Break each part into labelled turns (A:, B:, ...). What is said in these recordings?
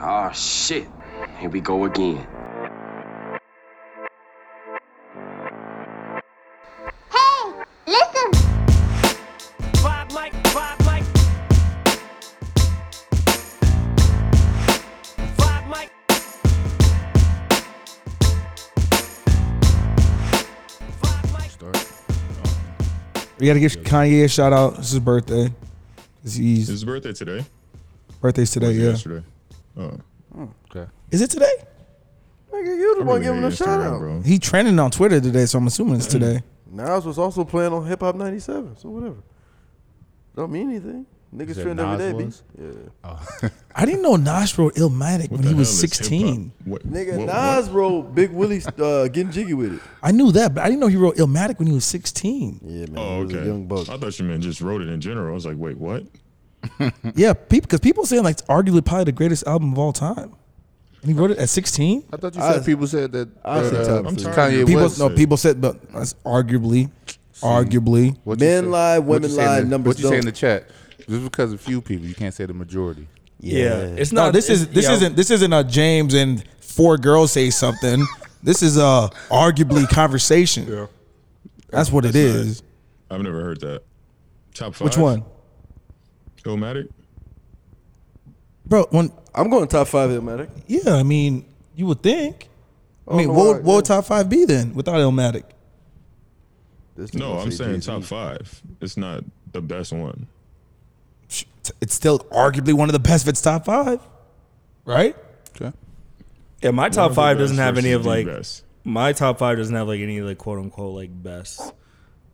A: Oh, shit. Here we go again.
B: Hey, listen.
C: Vibe like, vibe like. Vibe like. Vibe like.
D: We gotta give Kanye a shout out. It's his birthday. 'Cause He's,
E: It's his birthday today.
D: birthday's today.
E: Was it
D: Yeah.
E: Yesterday. Oh,
F: Okay.
D: Is it today?
G: Nigga, you the one
E: really
G: giving
E: hate
G: a shout
E: Instagram,
G: out.
E: bro.
D: He trending on Twitter today, so I'm assuming it's today.
G: Nas was also playing on Hip Hop 97, so whatever. Don't mean anything. Niggas
F: said
G: trend every
F: Nas
G: day, B.
F: was?
G: Yeah.
D: I didn't know Nas wrote Illmatic
E: What
D: when
E: the
D: he was
E: hell is
D: 16.
E: hip-hop? What-
G: Nigga,
E: what-
G: Nas wrote Big Willie uh, getting jiggy with it.
D: I knew that, but I didn't know he wrote Illmatic when he was 16.
G: Yeah, man.
E: Oh,
G: he was
E: okay.
G: a young buck.
E: I thought you meant just wrote it in general. I was like, wait, what?
D: Yeah, because people saying like it's arguably probably the greatest album of all time, and he wrote it at 16.
F: I thought you
G: I
F: said
G: was-
F: people said that.
G: I was
F: that,
G: the
F: uh,
G: top
E: I'm
G: three.
E: tired
F: Kanye
E: of
D: People,
F: West
D: no,
E: said-
D: people said, but that's arguably, arguably.
F: What
G: Men lie, women lie, numbers
F: What you say in
G: don't.
F: the chat? Just because of few people, you can't say the majority.
D: It's not. this is this isn't this isn't a James and four girls say something. this is a arguably conversation. That's what it
E: That's
D: is.
E: nice. I've never heard that. Top five.
D: Which one,
E: Illmatic.
D: bro? One.
G: I'm going top five Illmatic.
D: Yeah, I mean, you would think. I mean,
G: no,
D: what,
G: why-
D: would, what would
G: yeah.
D: top five be then without Illmatic?
G: This
E: No,
G: nigga
E: I'm
G: say
E: saying
G: Jay-Z.
E: top five. It's not the best one.
D: Sh- It's still arguably one of the best. If it's top five, right?
F: Okay.
H: Yeah, my
E: One of
H: top
E: the
H: five
E: best
H: doesn't have any
E: versus
H: of
E: the
H: like
E: best.
H: my top five doesn't have like any like quote unquote like best.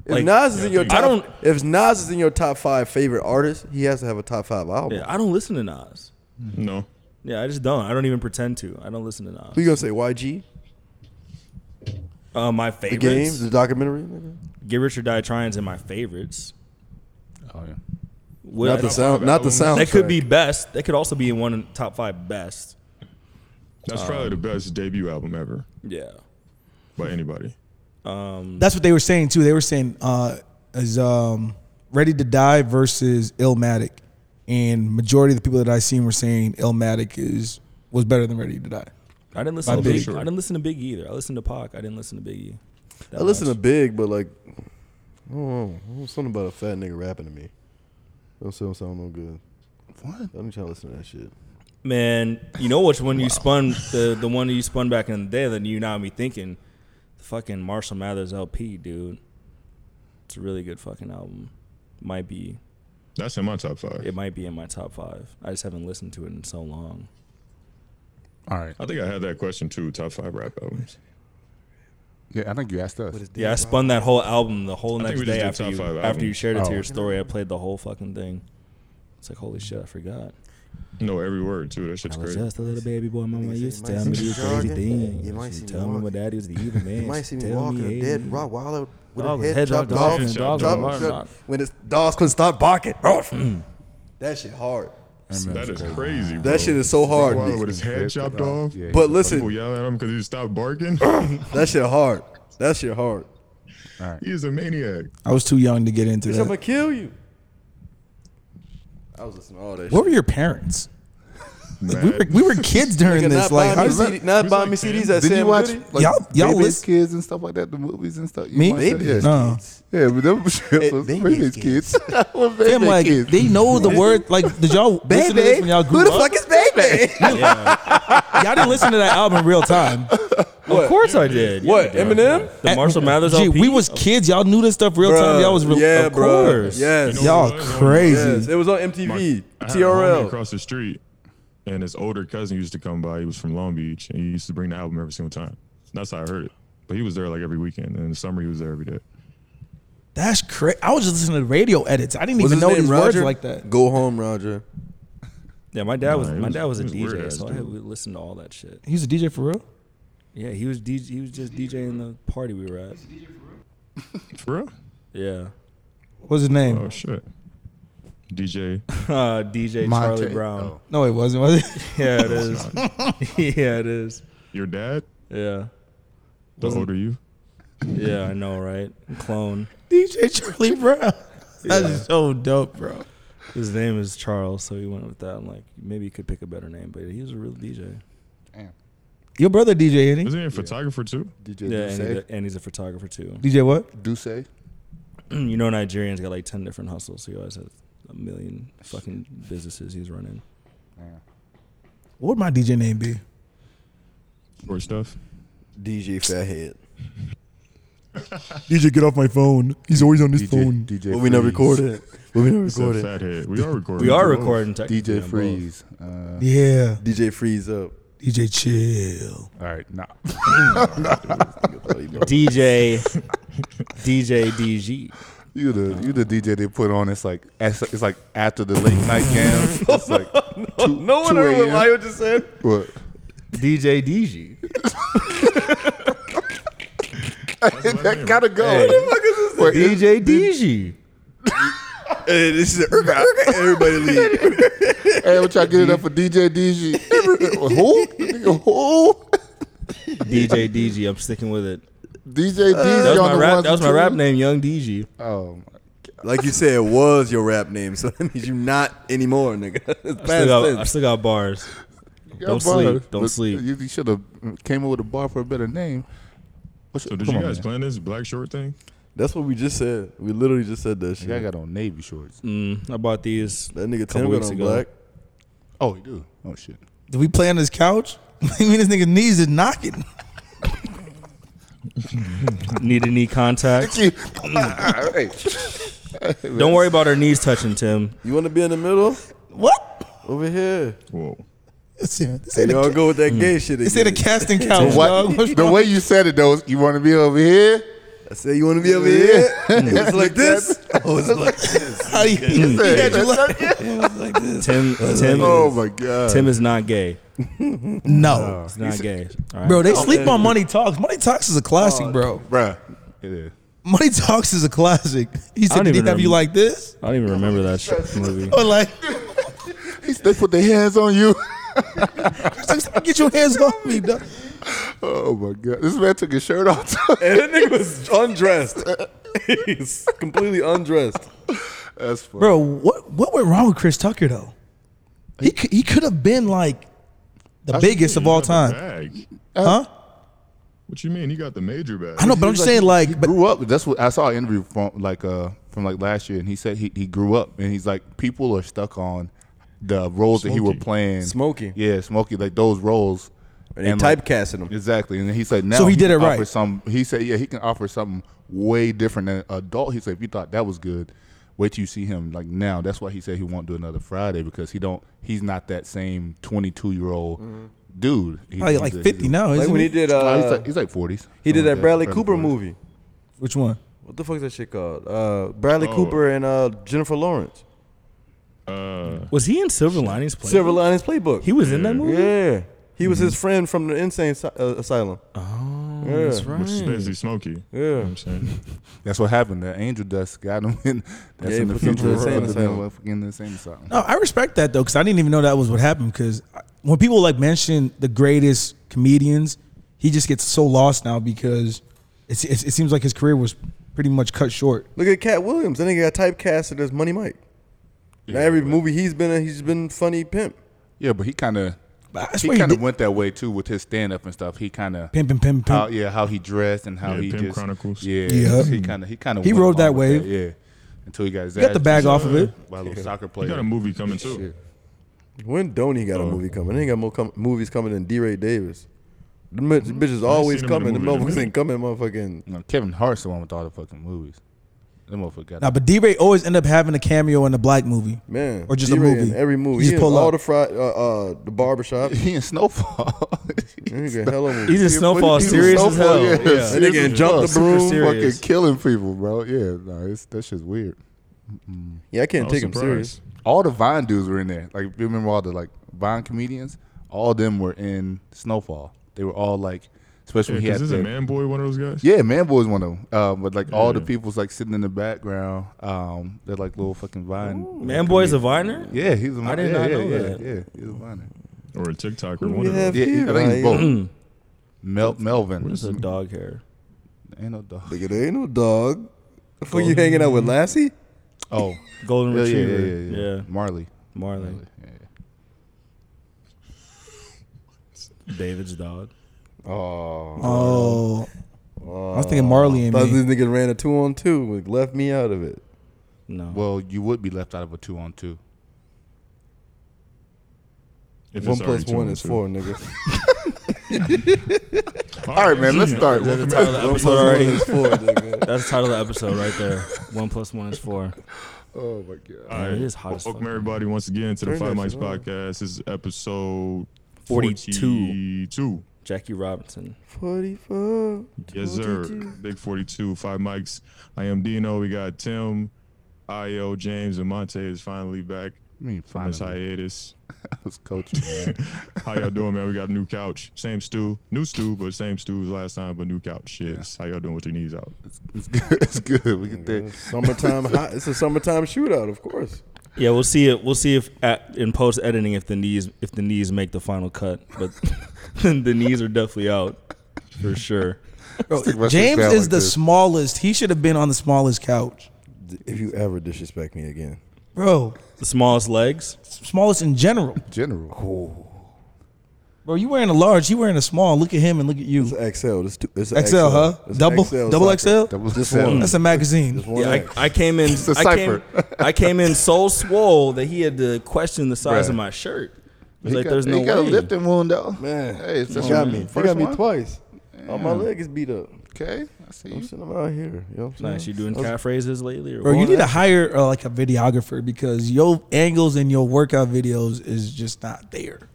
G: If
H: Like,
G: Nas is in your
H: I
G: top,
H: don't-
G: If Nas is in your top five favorite artists, he has to have a top five album.
H: Yeah, I don't listen to Nas.
E: No.
H: Yeah, I just don't. I don't even pretend to. I don't listen to Nas.
G: Who you gonna say? YG,
H: Uh, my
G: the game,
H: favorites.
G: the documentary. Nigga?
H: Get Rich or Die Trying's in my favorites.
F: Oh yeah.
H: What-
G: Not the sound.
E: five
G: Not the
E: albums.
G: sound.
H: that could be best. That could also be in one of the top five best.
E: That's probably the best debut album ever
H: Yeah.
E: by anybody.
D: That's what they were saying too. They were saying uh, is um, Ready to Die versus Illmatic, and majority of the people that I seen were saying Illmatic is was better than Ready to Die.
H: I didn't listen
D: By
H: to Big.
D: Big.
H: I didn't listen to Big E either. I listened to Pac. I didn't listen to E. Biggie.
G: I listen to Big, but like, I don't know, I don't- something about a fat nigga rapping to me. Don't sound sound no good.
F: What?
G: I don't try to listen to that shit.
H: Man, you know which one you spun the the one that you spun back in the day that you now have me thinking, fucking Marshall Mathers LP, dude. It's a really good fucking album. Might be
E: That's in my top five.
H: it might be in my top five. I just haven't listened to it in so long.
F: All right.
E: I think I had that question too. Top five rap albums.
F: Yeah, I think you asked us.
H: Yeah, I spun that whole album the whole
E: I think
H: next
E: we just
H: day
E: did
H: after
E: top
H: you
E: five
H: after you
E: albums.
H: shared it to
F: Oh.
H: your story. I played the whole fucking thing. It's like holy shit, I forgot.
E: No, every word too. That shit's
H: I was
E: crazy.
H: just a little baby boy. Mama
G: Niggas
H: used
G: say you
H: to tell
G: might
H: me
G: see me
H: these crazy
G: jogging,
H: things.
G: you might
H: She
G: see me
H: tell me my
G: walking.
H: daddy was the evil man.
G: You might
H: She
G: see me
H: tell
G: walking
H: hey.
G: a dead Rottweiler with
H: Dog
G: a
H: was
G: head chopped off.
E: and
H: dogs
E: chopped
H: were hard.
G: Chop- When its dogs couldn't stop barking. that shit hard.
E: That is crazy. Bro.
G: That shit is so hard.
E: Wow, with his head chopped off.
F: Yeah, he
G: But
F: was
E: People
G: listen,
E: yell at him because he stopped barking.
G: that shit hard. That shit hard.
E: he is a maniac.
D: I was too young to get into
G: Bitch,
D: that.
G: I'm gonna kill you. I was listening to all that.
D: What were your parents?
E: Mad.
D: We were we were kids during
G: shit.
D: this.
G: Nigga, not
D: Like,
G: buying
D: how
G: me
D: does that-
G: CD not
E: Who's like
G: buying me CDs
E: ten?
G: at
F: Did
G: Sam
F: you watch
G: Goody.
F: like
D: Y'all- y'all
F: Baby's
D: listen-
F: kids and stuff like that? The movies and stuff. You
D: Me?
F: watched that?
G: Baby's
F: yeah.
D: No.
F: Yeah, but them shit was
G: Baby's
F: Baby's kids. What Baby's
D: Damn, like
F: kids?
D: they know the word. Like, did y'all listen to this when y'all grew
G: Who the
D: up?
G: fuck is Baby?
D: y'all didn't listen to that album in real time.
H: Of course I did. Yeah,
G: What,
H: I did.
G: Eminem?
H: The Marshall Mathers
D: Gee,
H: LP?
D: we was kids. Y'all knew this stuff real time. Y'all was re-
G: yeah,
D: of
G: bro.
D: course.
G: Yes.
E: You know
D: Y'all
E: what?
G: Yes,
D: crazy.
G: it was on
E: My-
G: MTV,
E: I had a homie
G: TRL.
E: across the street, and his older cousin used to come by. He was from Long Beach, and he used to bring the album every single time. That's how I heard it. But he was there like every weekend, and in the summer he was there every day.
D: That's crazy. I was just listening to radio edits. I didn't even know these words like that.
G: Go home, Roger.
H: Yeah, my dad was
E: Nah, he
H: my
E: was-
H: dad was a
E: he was
H: DJ,
E: weird-ass
H: so I had,
E: dude.
H: we listened to all that shit.
D: He was a DJ for real.
H: Yeah, he was DJ, he was just DJing the party we were at.
E: For real?
H: Yeah,
D: What was his name?
E: Oh shit. DJ.
H: uh, DJ
F: Monte-
E: Oh.
H: Charlie Brown.
D: No, it wasn't. Was it?
H: Yeah, it is. yeah, it is.
E: Your dad?
H: Yeah,
E: The older you?
H: yeah, I know, right? Clone.
D: DJ Charlie Brown. That's so dope, bro.
H: His name is Charles, so he went with that. I'm like, maybe you could pick a better name, but he was a real DJ.
F: Damn.
D: Your brother DJ ain't
E: Isn't he a photographer too?
F: DJ
H: Yeah, and he's,
F: Duce.
H: a, and he's a photographer too.
D: he? DJ what?
F: Duce.
H: you know, Nigerians got like ten different hustles. So he always has a million fucking businesses he's running.
D: What would my DJ name be?
E: Or stuff?
G: DJ Fathead.
D: DJ, get off my phone. He's always on his
F: DJ, DJ
G: But we never
F: Freeze.
G: recorded. But we never
E: He said
G: recorded.
E: fathead. We are recording.
H: We are recording technically
F: DJ
H: on both.
F: Freeze. Uh,
D: Yeah.
G: DJ Freeze up.
D: DJ, chill.
F: all right, nah.
H: DJ DJ DG.
F: You the you the DJ they put on. It's like as- it's like after the late night jam. It's like two,
H: No one
F: 2
H: heard what
F: a.m..
H: Lyle just said.
F: What?
H: DJ DG.
F: that gotta go. Wait, is-
H: DJ DG.
G: Hey, this is Urga, Urga. Everybody leave.
F: Hey, what y'all get it up for DJ DG? Who? Nigga, Who?
H: DJ DG. I'm sticking with it.
F: DJ
H: That
F: DG
H: was
F: on
H: my
F: the
H: rap.
F: ones
H: That was
F: and
H: my rap
F: twos?
H: name, Young DG.
F: Oh, my-
G: Like you said, it was your rap name, so that means you not anymore, nigga. It's
H: I still,
G: past
H: got, I
G: tense.
H: still got bars.
F: Yeah,
H: Don't
F: bar.
H: sleep. Don't
F: But
H: sleep.
F: You, you should have came up with a bar for a better name. What's
E: So did
F: come
E: you
F: on,
E: guys
F: man.
E: plan this black short thing?
G: That's what we just said. We literally just said that shit.
F: Yeah, I got on navy shorts.
H: Mm, I bought these.
G: that nigga
H: couple
G: Tim got
H: weeks
G: on
H: ago.
G: black.
F: Oh, you do. Oh shit.
D: Did we play on his couch? I mean, this nigga's knees is knocking.
H: Knee to knee contact.
F: Gee, all right.
H: Don't worry about her knees touching, Tim.
G: You want to be in the middle?
D: What?
G: Over here.
E: Whoa.
D: This ain't this ain't a,
G: Y'all go with that gay shit
D: this ain't a
G: again.
D: casting couch, dog. What's
F: What? The
D: wrong?
F: way you said it though, is you want to be over here.
G: I say you want to be over here. It's like this. Oh, it's like this.
D: How you, he had you like-
H: Tim. Tim.
F: Oh my god.
H: Tim is not gay.
D: No.
H: He's not gay. All right.
D: Bro, they sleep on Money Talks. Money Talks is a classic, bro.
F: bruh. It is.
D: Money Talks is a classic. He
H: I don't
D: said, did he
H: even
D: have you
H: rem-
D: like this?
H: I don't even remember that shit movie.
D: Or like,
F: He's- They put their hands on you.
D: get your hands off me, dog.
F: Oh my god. This man took his shirt off.
G: And that nigga was undressed. He's completely undressed.
F: That's funny.
D: Bro, what what went wrong with Chris Tucker though? He could, he could have been like the biggest of all time,
E: Bag.
D: huh?
E: What you mean? He got the major bag.
D: I know, but I'm just saying like, but,
F: grew up. That's what I saw an interview from like uh from like last year, and he said he, he grew up, and he's like people are stuck on the roles that he were
E: Smokey.
F: playing.
G: Smokey.
F: yeah, Smokey, like those roles.
G: And they
F: like,
G: typecasting him.
F: exactly, and then he said now
D: he did
F: can
D: it right.
F: offer Some he said yeah he can offer something way different than adult. He said if you thought that was good, wait till you see him like now. That's why he said he won't do another Friday because he don't he's not that same twenty two year old dude. He-
D: probably
F: he's
D: Oh, like
F: a- he's
D: fifty
F: a-
D: now.
G: Like
D: Isn't
G: when he
D: he?
G: did,
F: Uh, he's
G: Mm-hmm. uh,
F: like Oh, he's like forties.
G: he did that Bradley Cooper movie.
D: Which one?
G: What the fuck is that shit called? Uh, Bradley
E: Oh.
G: Cooper and uh, Jennifer Lawrence.
E: Uh,
H: Was he in Silver Linings Playbook?
G: Silver Linings Playbook.
H: He was in that movmovie.
G: yeah, he was his friend from the insane si- uh, asylum.
H: Oh,
G: Yeah.
H: that's right.
E: which is basically Smokey. You
G: Yeah.
E: know what I'm saying?
F: That's what happened. The angel dust got him in. That's
G: Yeah,
F: in
G: he
F: the
G: put him
F: future.
G: to the same
F: Put them
G: asylum.
F: in the same asylum.
D: No, I respect that though, because I didn't even know that was what happened. Because when people like mention the greatest comedians, he just gets so lost now because it's, it's, it seems like his career was pretty much cut short.
G: Look at Cat Williams. That nigga got typecasted as Money Mike. now every movie he's been in, he's been funny pimp.
F: Yeah, but he kind of
D: But I
F: he
D: swear he
F: kind of
D: did
F: went that way too with his stand up and stuff. He kind of
D: pimp and pimp and
F: how
D: pimp.
F: yeah how he dressed and how
E: Yeah,
F: he
E: Pimp
F: just
E: Chronicles.
F: yeah
D: Yeah.
F: he kind of he kind of
D: He rode that wave.
F: yeah until he got
D: He got the bag off of it.
F: by a little soccer
E: He
F: player.
E: got a movie coming too.
G: When don't he got
E: Oh.
G: a movie coming? He ain't got more com- movies coming than D. Ray Davis. The bitch, bitches always
E: Mm-hmm. seen him in
G: coming.
E: a movie in a
G: The motherfuckers
E: minute.
G: ain't coming. Motherfucking
F: You know, Kevin Hart's the one with all the fucking movies. That motherfucker got
D: Nah, but D. Ray always end up having a cameo in a black movie.
G: man.
D: Or just a
G: D-Ray in
D: movie.
G: Every
D: You
G: movie.
D: just
G: He in
D: pull
G: all
D: up.
G: the fry, uh, uh, the barbershop.
F: he in Snowfall.
G: That nigga hella movie.
H: He's in Snowfall,
F: He's in
H: serious as
F: Snowfall,
H: hell.
F: yeah.
H: Yeah.
G: That nigga in Jump the
F: Super
G: Broom.
H: serious.
F: Fucking killing people, bro. Yeah, no, it's, that shit's weird.
G: Yeah, I
E: I
G: can't
E: was
G: take him serious.
E: surprised.
F: all the Vine dudes were in there. Like, you remember all the like Vine comedians? All of them were in Snowfall. They were all like, especially
E: Yeah,
F: when he had
E: cause is a
F: the-
E: man boy one of those guys?
F: yeah, man, boys one of them. Um, but like all the
E: Yeah.
F: people's like sitting in the background. Um, they're like little fucking Vine.
H: Man, boy's a viner.
F: yeah, he's a Vine.
H: did
F: yeah,
H: not
F: yeah,
H: know
F: yeah,
H: that.
F: Yeah, he's a Vine.
E: Or a TikToker
G: we
E: one of
G: have?
E: those.
F: Yeah, he- I think he's
G: Yeah.
F: both. Mel Melvin.
H: Where's the dog hair?
F: Ain't no dog.
G: Nigga, there ain't no dog. For you hanging out with Lassie?
F: Oh,
H: Golden
F: yeah, yeah, yeah,
H: Retriever.
F: yeah, yeah. Marley.
H: Marley.
F: Yeah,
H: David's dog.
G: Oh,
F: Uh,
D: Oh, I was thinking Marley and
G: thought
D: me.
G: this nigga ran a two on two, like left me out of it.
H: No.
F: Well, you would be left out of a two on two.
E: If
G: One
E: it's already
G: plus one
E: two
G: is
E: and two.
G: four, nigga.
F: All right, man. Let's start.
H: That's the title of the
G: One plus
H: episode
G: one
H: already.
G: is four, nigga.
H: That's the title of the episode right there. One plus one is four.
F: Oh my god.
E: All right.
H: It is hot as
E: Welcome
H: fuck.
E: everybody once again to the Five
G: Very nice,
E: Mics
G: yeah.
E: podcast. This is episode
H: 42.
E: 42.
H: Jackie Robinson.
G: Forty-four.
E: Yes, sir. Big 42, five mics. I am Dino. We got Tim, Io, James, and Monte is finally back
F: I mean,
E: from his
F: finally,
E: hiatus.
F: I was coaching. Man.
E: How y'all doing, man? We got a new couch. Same stew. New stew, but same stew as last time, but new couch. Shits. How y'all doing with your knees out?
F: It's good. It's good. We get that.
G: Summertime hot. It's a summertime shootout, of course.
H: Yeah, we'll see it. We'll see if at, in post editing if the knees if the knees make the final cut, but the knees are definitely out for sure.
D: Bro,
F: Stick my shit
D: James
F: down
D: is
F: like
D: the
F: this.
D: smallest. He should have been on the smallest couch,
G: If you ever disrespect me again,
D: bro.
H: The smallest legs.
D: Smallest in general,
F: General.
D: bro. You wearing a large. You wearing a small. Look at him and look at
G: it's
D: you.
G: an XL. This two, it's
D: XL,
G: a
D: huh?
G: It's a
D: double, double
G: soccer.
D: XL.
F: That was
G: This
F: the
G: one.
D: That's a magazine.
G: Just one
H: Yeah,
G: leg.
H: I, I came in.
F: a
H: I came,
F: cipher.
H: I came in so swole that he had to question the size
F: Bruh.
H: of my shirt. It was
F: He
H: like,
F: got,
H: "There's no
F: he got a
H: way."
F: lifting wound though.
G: man.
F: hey, it's
G: you
F: just
G: got me. You
F: First
G: got me
F: one?
G: twice. Oh, my leg is beat up.
F: Okay, I see
G: I'm
F: you.
G: sitting out here. You know what I'm saying?
H: Nice. You doing
G: I was-
H: calf raises lately, or
D: Bro,
H: what?
D: you need to
G: that's-
D: hire uh, like a videographer because your angles and your workout videos is just not there.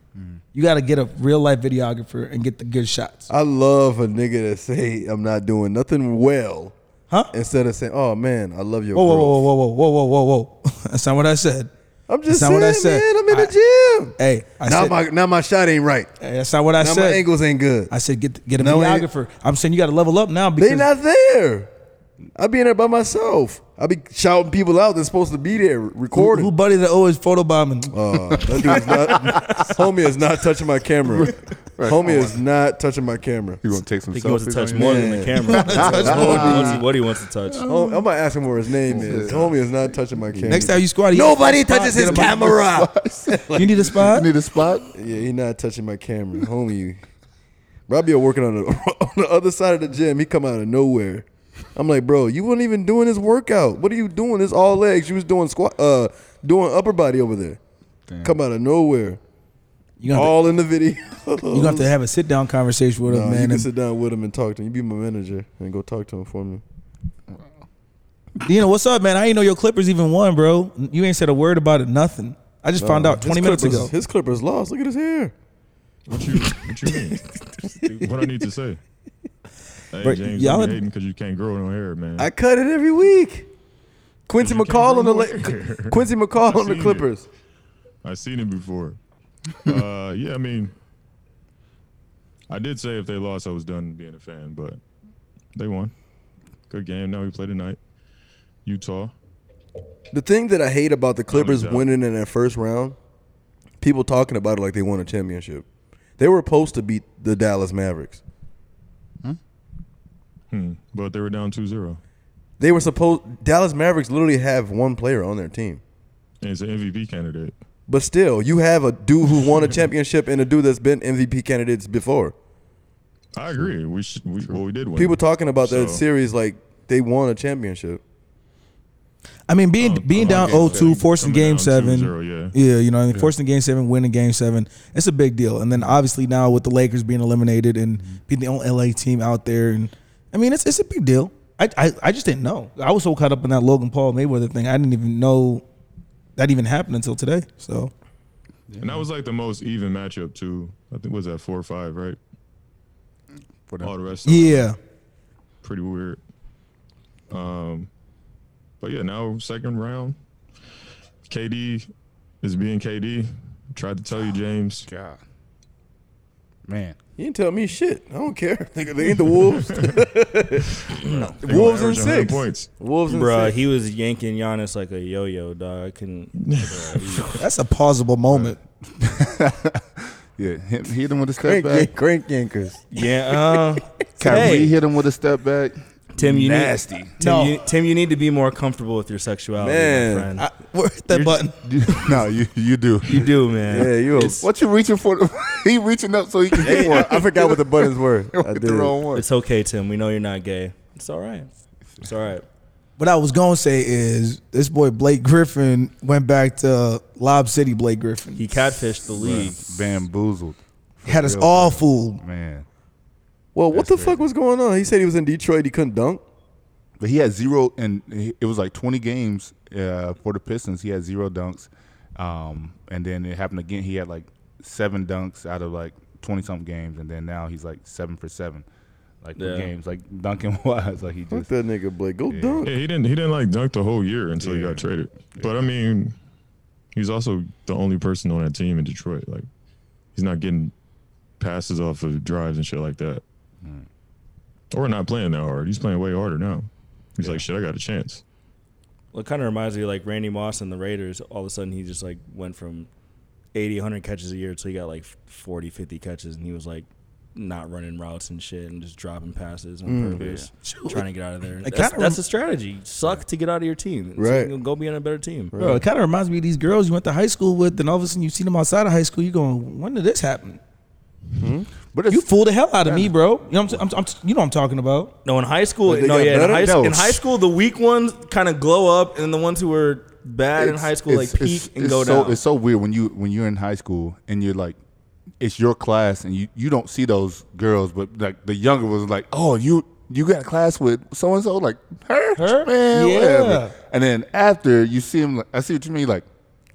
D: You got to get a real life videographer and get the good shots.
G: I love a nigga that say I'm not doing nothing well
D: Huh?
G: instead of saying, "Oh man, I love your."
D: Whoa, whoa,
G: growth."
D: whoa, whoa, whoa, whoa, whoa, whoa, whoa. That's not what I said.
G: I'm just
D: That's not
G: saying,
D: what I said.
G: man. I'm in the gym.
D: Hey, I
G: now
D: said,
G: my now my shot ain't right.
D: hey, that's not what I
G: now my
D: said.
G: angles ain't good.
D: I said get get a
G: No, ain't-
D: videographer. I'm saying you got to level up now
G: they
D: because
G: not there. I be in there by myself. I be shouting people out that's supposed to be there
D: who,
G: recording.
D: who buddy that always photobombing?
G: Uh, that dude is not. homie is not touching my camera. Homie is not touching my camera.
F: You gonna take some
H: I think he wants to
F: selfies
H: touch
F: on
H: more
F: you?
H: than the camera. That's what he wants- what he wants to touch.
G: Oh, I'm gonna ask him where his name is. Homie is not touching my camera.
D: Next time you squat, you
G: nobody
D: get a
G: touches
D: spot,
G: his
D: get him a-
G: camera.
D: You need a
F: You
D: spot.
F: need a spot?
G: Yeah, he not touching my camera, homie. Bro, I be working on the on the other side of the gym. He come out of nowhere. I'm like, bro, you weren't even doing this workout. What are you doing? This all legs. You was doing squat, uh, doing upper body over there. Come out of nowhere,
D: You gonna have
G: all in the video. You
D: to, you gonna have, to have a sit down conversation with him,
G: you
D: man.
G: can
D: And
G: sit down with him and talk to him. You be my manager and go talk to him for me.
D: Dino, what's up, man? I ain't know your Clippers even won, bro. You ain't said a word about it, nothing. I just found out
G: His
D: 20 minutes
G: Clippers-
D: ago.
G: His Clippers lost. Look at his hair.
E: What you, what you mean? what I need to say? Hey,
D: Bro,
E: James,
D: y'all-
E: y'all hating because you can't grow no hair, man.
G: I cut it every week. Quincy
E: You can't
G: McCall on
E: bring
G: the
E: more
G: la-
E: hair.
G: Quincy McCall on the
E: seen it.
G: Clippers.
E: I've seen it before. uh, yeah, I mean, I did say if they lost, I was done being a fan, but they won. Good game. Now we play tonight. Utah.
G: The thing that I hate about the Clippers
E: doubt.
G: winning in that first round, people talking about it like they won a championship. They were supposed to beat the Dallas Mavericks.
E: Hmm. But they were down 2 0.
G: They were supposed Dallas Mavericks literally have one player on their team.
E: And it's an MVP candidate.
G: But still, you have a dude who won a championship and a dude that's been MVP candidates before.
E: I agree. We should. We, well, we did win.
G: People talking about that
E: So-
G: series like they won a championship.
D: I mean, being
E: Um,
D: being
E: I'm
D: down
E: on game
D: 0-2,
E: seven.
D: forcing
E: Coming
D: game
E: down
D: seven.
E: 2-0, yeah.
D: you know, what I mean, forcing game seven, winning game seven, it's a big deal. And then obviously now with the Lakers being eliminated and
E: Mm-hmm.
D: being the only LA team out there, and I mean, it's it's a big deal. I, I I just didn't know. I was so caught up in that Logan Paul Mayweather thing, I didn't even know that even happened until today. So
E: And that was like the most even matchup too. I think was that four or five, right?
F: For
E: All the
F: them.
E: rest. of them,
D: yeah,
E: pretty weird. Um, but yeah, now second round. KD is being KD. Tried to tell you, James.
F: God. Man.
G: You didn't tell me shit. I don't care. They, they ain't the Wolves.
E: They gonna
G: Wolves in
E: average 100
G: six.
E: points.
G: Wolves and
H: Bruh,
G: six.
H: he was yanking Giannis like a yo-yo, dog. I couldn't.
D: that's a pausable moment.
F: Yeah, hit, hit him with a step
G: crank,
F: back.
G: crank yankers.
H: Yeah, uh,
F: Kyrie
H: hey.
F: hit him with a step back.
H: Tim, you
F: Nasty.
H: Need, Tim,
D: No.
H: you, Tim, you need to be more comfortable with your sexuality,
G: Man,
H: my friend.
D: I, where- hit that button.
F: no, you you do.
H: you do, man.
G: Yeah, you a-
H: It's,
F: What you reaching for? he reaching up so he can get one.
G: I forgot what the buttons were. I
F: Get the wrong
G: did.
F: one.
H: it's okay, Tim. We know you're not gay. It's all right. It's all right.
D: What I was gonna say is this boy Blake Griffin went back to Lob City. Blake Griffin
H: He catfished the league.
F: Bamboozled,
D: had us all fooled.
F: man.
G: Well, what the fuck was going on? He said he was in Detroit. He couldn't dunk.
F: But he had zero, and he- it was like 20 games uh, for the Pistons. He had zero dunks, um, and then it happened again. He had like seven dunks out of like 20 something games, and then now he's like seven for seven, like with
H: Yeah.
F: games, like dunking wise. Like he
G: Fuck
F: just
G: that nigga Blake. Go dunk.
E: Yeah, he didn't. He didn't like dunk the whole year until he
F: Yeah.
E: got traded. But I mean, he's also the only person on that team in Detroit. Like, he's not getting passes off of drives and shit like that,
F: Hmm.
E: or not playing that hard. He's playing way harder now. He's like, shit, I got a chance.
H: Well, it kind of reminds me of, like Randy Moss and the Raiders. All of a sudden, he just like went from 80, 100 catches a year till he got like 40, 50 catches, and he was like not running routes and shit and just dropping passes on purpose, trying to get out of there.
D: It
H: That's,
D: kinda
H: that's
D: rem-
H: a strategy. Suck to get out of your team. So
G: Right.
H: you can go be on a better team.
D: Bro, it kind of reminds me of these girls you went to high school with, and all of a sudden you see them outside of high school. You're going, when did this happen?
F: but it's,
D: You fooled the hell out of me, bro. You know, what I'm, I'm, I'm, you know what I'm talking about.
H: No, in high school,
G: But they
H: no,
G: got
H: yeah, in
G: better?
H: high,
G: No.
H: in high school, the weak ones kind of glow up, and the ones who were bad in
F: it's-
H: high school like
F: it's-
H: peak
F: it's-
H: and
F: it's
H: go
F: so,
H: down.
F: It's so weird when you when you're in high school and you're like, it's your class and you you don't see those girls, but like the younger was like, oh you you got a class with so and so like her,
D: Her?
F: man
D: Yeah.
F: whatever. And then after you see him, like, I see what you mean like,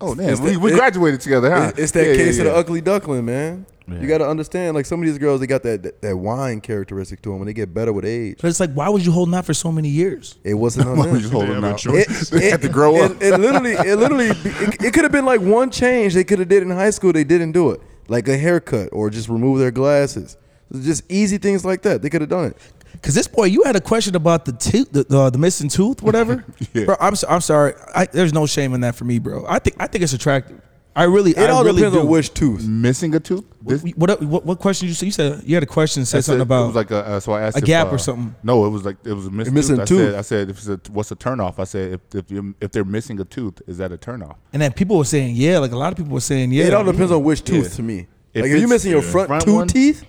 F: oh man
G: It's
F: we,
G: that-
F: we
G: it-
F: graduated together, huh?
G: It's that
F: Yeah, yeah,
G: case of
F: yeah.
G: the ugly duckling, man. You got to understand, like some of these girls, they got that, that that wine characteristic to them, and they get better with age.
D: But it's like, why was you holding out for so many years?
G: It wasn't on
F: Why
G: them.
F: would you hold
E: They
F: them
E: have a
F: out?
E: choice.
F: They had to grow
G: it-
F: up.
G: It, literally, it literally, be- it, it could have been like one change they could have did in high school. They didn't do it, like a haircut or just remove their glasses. Just easy things like that. They could have done it.
D: Because this boy, you had a question about the tooth, the, the, the missing tooth, whatever.
F: Yeah.
D: Bro, I'm, so- I'm sorry. I, there's no shame in that for me, bro. I think I think it's attractive. I really,
G: It
D: I
G: all
D: really
G: depends
D: do.
G: on which tooth.
F: Missing a tooth. This-
D: What, what what question you said? You said you had a question that said
F: I said-
D: something about.
F: it was like a uh, so I asked
D: a
F: if,
D: gap
F: uh,
D: or something.
F: No, it was like it was a missing,
G: missing
F: tooth. I
G: tooth.
F: said, I said if it's a, what's a turnoff? I said if if, you, if they're missing a tooth, is that a turnoff?
D: and then people were saying, yeah, like a lot of people were saying, yeah.
G: It all depends on which tooth to me.
F: If
G: like if you're
F: it's-
G: missing your
F: yeah.
G: front,
F: Front
G: two
F: one?
G: teeth,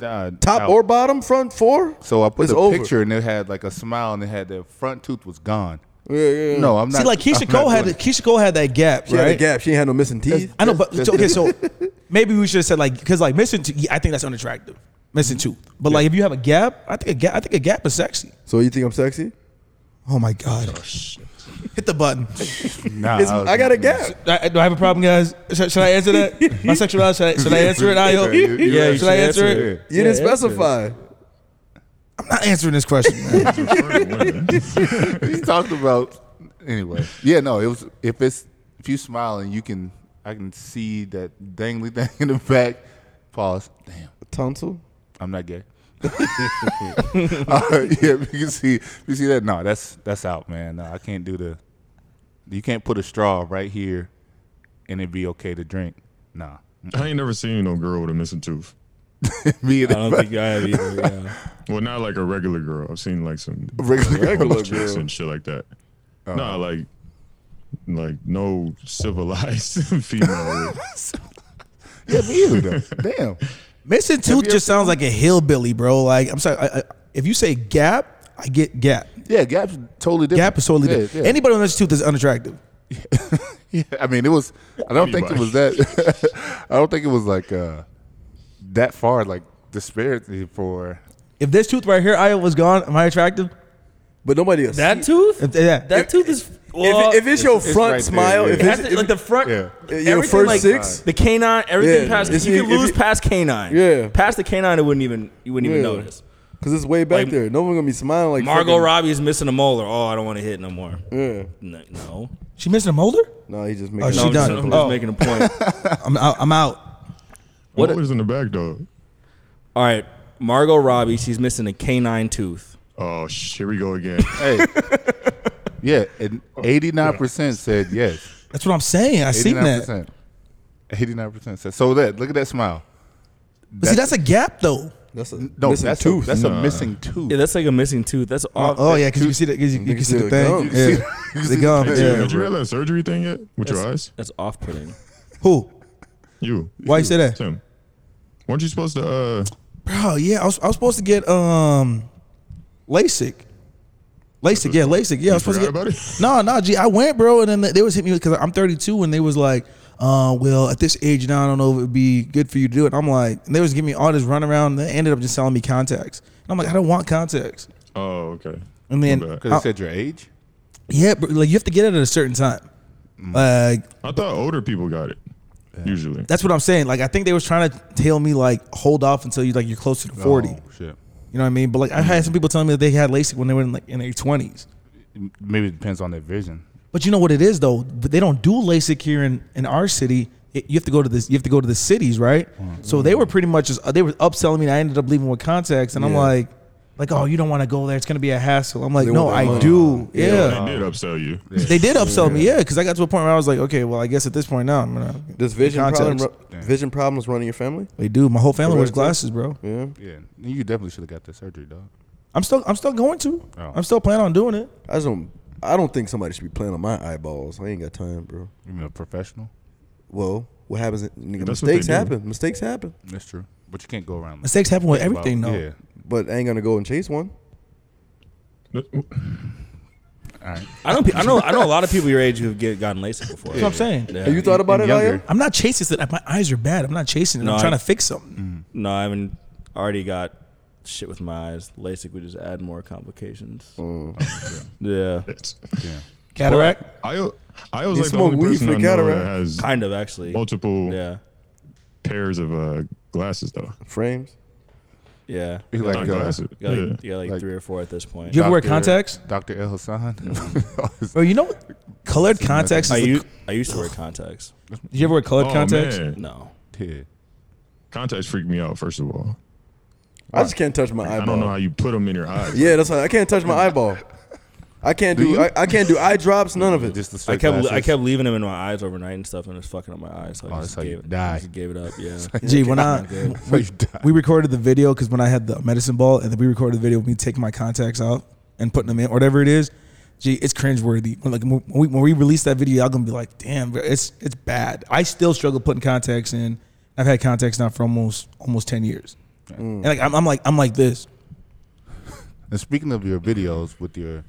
F: Uh,
G: top
F: out.
G: or bottom, front four.
F: So I put
G: it's
F: the
G: over.
F: picture and it had like a smile and it had the front tooth was gone.
G: Yeah, yeah. yeah.
F: No, I'm not.
D: See, like Keisha
F: I'm not
D: Cole had
F: doing it.
D: Keisha Cole had that gap,
G: she
D: right?
G: had a gap. She ain't had no missing teeth.
D: I know, but so- okay, so maybe we should have said like because like missing tooth, yeah, I think that's unattractive. Missing tooth, but like if you have a gap, I think a gap, I think a gap is sexy.
G: So you think I'm sexy?
D: Oh my god! Hit the button.
F: Nah,
G: It's,
F: was-
G: I got a gap.
D: Do I, do I have a problem, guys? Should, should I answer that? My sexuality? Should I, should I answer it? I hope.
F: Yeah, you- you
H: Yeah,
D: should I answer it?
F: Yeah.
G: You didn't specify.
D: I'm not answering this question. man.
F: He's talking about anyway. Yeah, no, it was if it's if you smile and you can I can see that dangly thing in the back. Pause. Damn.
G: Tonsil.
F: I'm not gay. Uh, yeah, you can see, you see that. No, that's that's out, man. No, I can't do the. You can't put a straw right here, and it'd be okay to drink. Nah,
E: I ain't never seen no girl with a missing tooth.
F: me and
H: I
D: Uh,
H: don't think I have either. Yeah.
E: Well, not like a regular girl. I've seen like some
F: regular. Uh-huh.
E: regular chicks and shit like that. nah, like like no civilized female.
F: Yeah, me either. Though. Damn.
D: Missing tooth just sounds like a hillbilly, bro. Like I'm sorry, I, I, if you say gap, I get gap.
F: Yeah, gap's totally different.
D: Gap is totally
F: Yeah,
D: different.
F: Yeah,
D: Anybody with missing tooth is unattractive.
F: Yeah, I mean, it was. I don't think it was that. I don't think it was like uh that far. Like disparity for.
D: If this tooth right here, I was gone. Am I attractive?
G: But nobody else.
H: That tooth?
D: If, yeah.
H: that tooth is. Well,
G: if, if it's your
F: it's
G: front
F: right there,
G: smile,
F: yeah.
G: if
H: it has
G: it's,
H: to, like the front,
F: Yeah.
G: Your
H: everything,
G: first
H: like,
G: six?
H: the canine, everything
G: Yeah.
H: past.
G: If
H: you
G: you-
H: can
G: if
H: lose
G: you-
H: past canine.
G: Yeah.
H: past the canine, it wouldn't even you wouldn't even
G: Yeah.
H: notice.
G: because it's way back
H: Like-
G: there. No one gonna be smiling like
H: Margot
G: fucking-
H: Robbie's missing a molar. Oh, I don't want to hit no more.
G: Yeah.
H: No, no,
D: She missing a molder?
G: No, he just
D: Oh,
G: making.
D: she
G: up.
H: no I'm, just,
D: done.
H: I'm just
D: Oh.
H: making a point.
D: I'm out. I'm out.
E: what was in the back though?
H: All right, Margot Robbie, she's missing a canine tooth.
E: Oh, sh- here we go again.
F: Hey. yeah, and eighty nine percent said yes.
D: That's what I'm saying. I seen that.
F: 89%. 89% said. So that look at that smile.
D: But see, that's a gap though.
G: That's a
F: No,
G: missing
F: that's
G: tooth.
F: a that's
E: Nah.
F: a missing tooth.
H: Yeah, that's like a missing tooth. That's all.
D: Oh, yeah, because you can see the 'cause you, you can
G: Niggas
D: see the
G: did
D: thing.
G: gum.
D: Yeah.
F: You
D: The
F: see-
D: gum.
E: Hey,
D: Yeah.
E: did you have that surgery thing yet with your eyes?
H: That's off-putting.
D: Who?
E: You.
D: Why you say that?
E: Tim. Weren't you supposed to? uh
D: Bro, yeah, I was, I was supposed to get um LASIK. LASIK, yeah, LASIK, yeah. I was supposed to
E: forgot
D: get.
E: about
D: No,
E: it?
D: no, gee, I went, bro, and then they was hitting me because I'm 32, and they was like, uh, well, at this age now, I don't know if it'd be good for you to do it. I'm like, and they was giving me all this runaround, and they ended up just selling me contacts. And I'm like, I don't want contacts.
E: Oh, okay.
D: And
E: My
D: then,
E: bad.
F: Because it said your age.
D: yeah, but like you have to get it at a certain time.
G: Mm.
D: Like
E: I thought older people got it. Usually.
D: that's what I'm saying. Like I think they was trying to tell me like hold off until you like you're closer to 40.
F: Oh, shit.
D: You know what I mean? But like I had some people telling me that they had LASIK when they were in like in their 20s.
F: Maybe it depends on their vision.
D: But you know what it is though? But they don't do LASIK here in, in our city. It- you have to go to this. You have to go to the cities, right?
G: Mm.
D: So they were pretty much just they were upselling me. And I ended up leaving with contacts, and I'm
G: Yeah.
D: like, like oh, you don't want to go there. It's gonna be a hassle. I'm like,
G: They
D: no,
G: want their
D: I
G: money.
D: do.
G: Yeah.
D: Yeah.
E: They did upsell you.
D: They did upsell me, uh, yeah, because I got to a point where I was like, okay, well, I guess at this point now I'm gonna.
G: Does vision problem,
D: contacts.
F: Damn.
G: vision problems run in your family?
D: They do. My whole family wears
G: Hereditary?
D: glasses, bro.
G: Yeah.
F: Yeah, you definitely should have got that surgery, dog.
D: I'm still, I'm still going to.
F: Oh.
D: I'm still planning on doing it.
G: I just don't. I don't think somebody should be playing on my eyeballs. I ain't got time, bro.
F: You mean a professional?
G: Well, what happens? Nigga,
E: That's what they
G: mistakes
E: do.
G: happen. Mistakes happen.
F: That's true. But you can't go around. like
D: Mistakes happen with
F: that.
D: everything, though.
F: Yeah.
G: But I ain't gonna go and chase one.
F: All right.
H: I know. pe- I know. I know a lot of people your age who've get gotten LASIK before.
D: That's what I'm saying.
H: Yeah.
G: Have you thought about
F: and
G: it,
F: younger.
G: Aya?
D: I'm not chasing it. My eyes are bad. I'm not chasing it.
H: No,
D: I'm
H: I-
D: trying to fix something.
H: No, I haven't. Already got shit with my eyes. LASIK would just add more complications.
F: Oh.
H: Yeah,
E: It's-
F: Yeah.
D: Cataract.
E: I I was
G: You
E: like the
G: smoke
E: only
G: weed
E: person
G: for
E: I know that
G: cataract?
E: has
H: kind of actually.
E: multiple
H: Yeah,
E: pairs of uh, glasses though.
G: Frames.
H: yeah.
F: He's like,
E: Not
F: uh,
E: glasses.
H: You got like,
E: Yeah.
H: you got like,
F: Like-
H: three or four at this point.
D: You ever wear
F: Doctor-
D: contacts?
F: Dr. El Hassan.
D: Bro, you know what? Colored contacts.
H: I
D: Is the,
H: used I used to wear contacts.
D: did you ever wear colored
E: Oh,
D: contacts?
E: man.
H: No,
F: yeah.
E: Contacts freak me out. First of all,
G: I just can't touch my
E: I don't know
G: eyeball.
E: how you put them in your eyes.
G: Yeah, that's why I can't touch my eyeball. I can't do.
F: you?
G: I, I can't do eye drops. None of it.
F: Just the
H: I
F: straight
H: kept I
F: glasses.
H: kept leaving them in my eyes overnight and stuff, and it's fucking up my eyes. So I
F: Oh, that's
H: just
F: how
H: gave
F: you
H: it.
F: die.
H: I just gave it up. Yeah.
D: Gee, when I
F: So you die.
D: we recorded the video because when I had the medicine ball and then we recorded the video of me taking my contacts out and putting them in, whatever it is. Gee, it's cringeworthy. When, like when we, when we release that video, y'all gonna be like, "Damn, bro, it's it's bad." I still struggle putting contacts in. I've had contacts now for almost almost ten years, and like I'm, I'm like I'm like this.
F: And speaking of your videos with your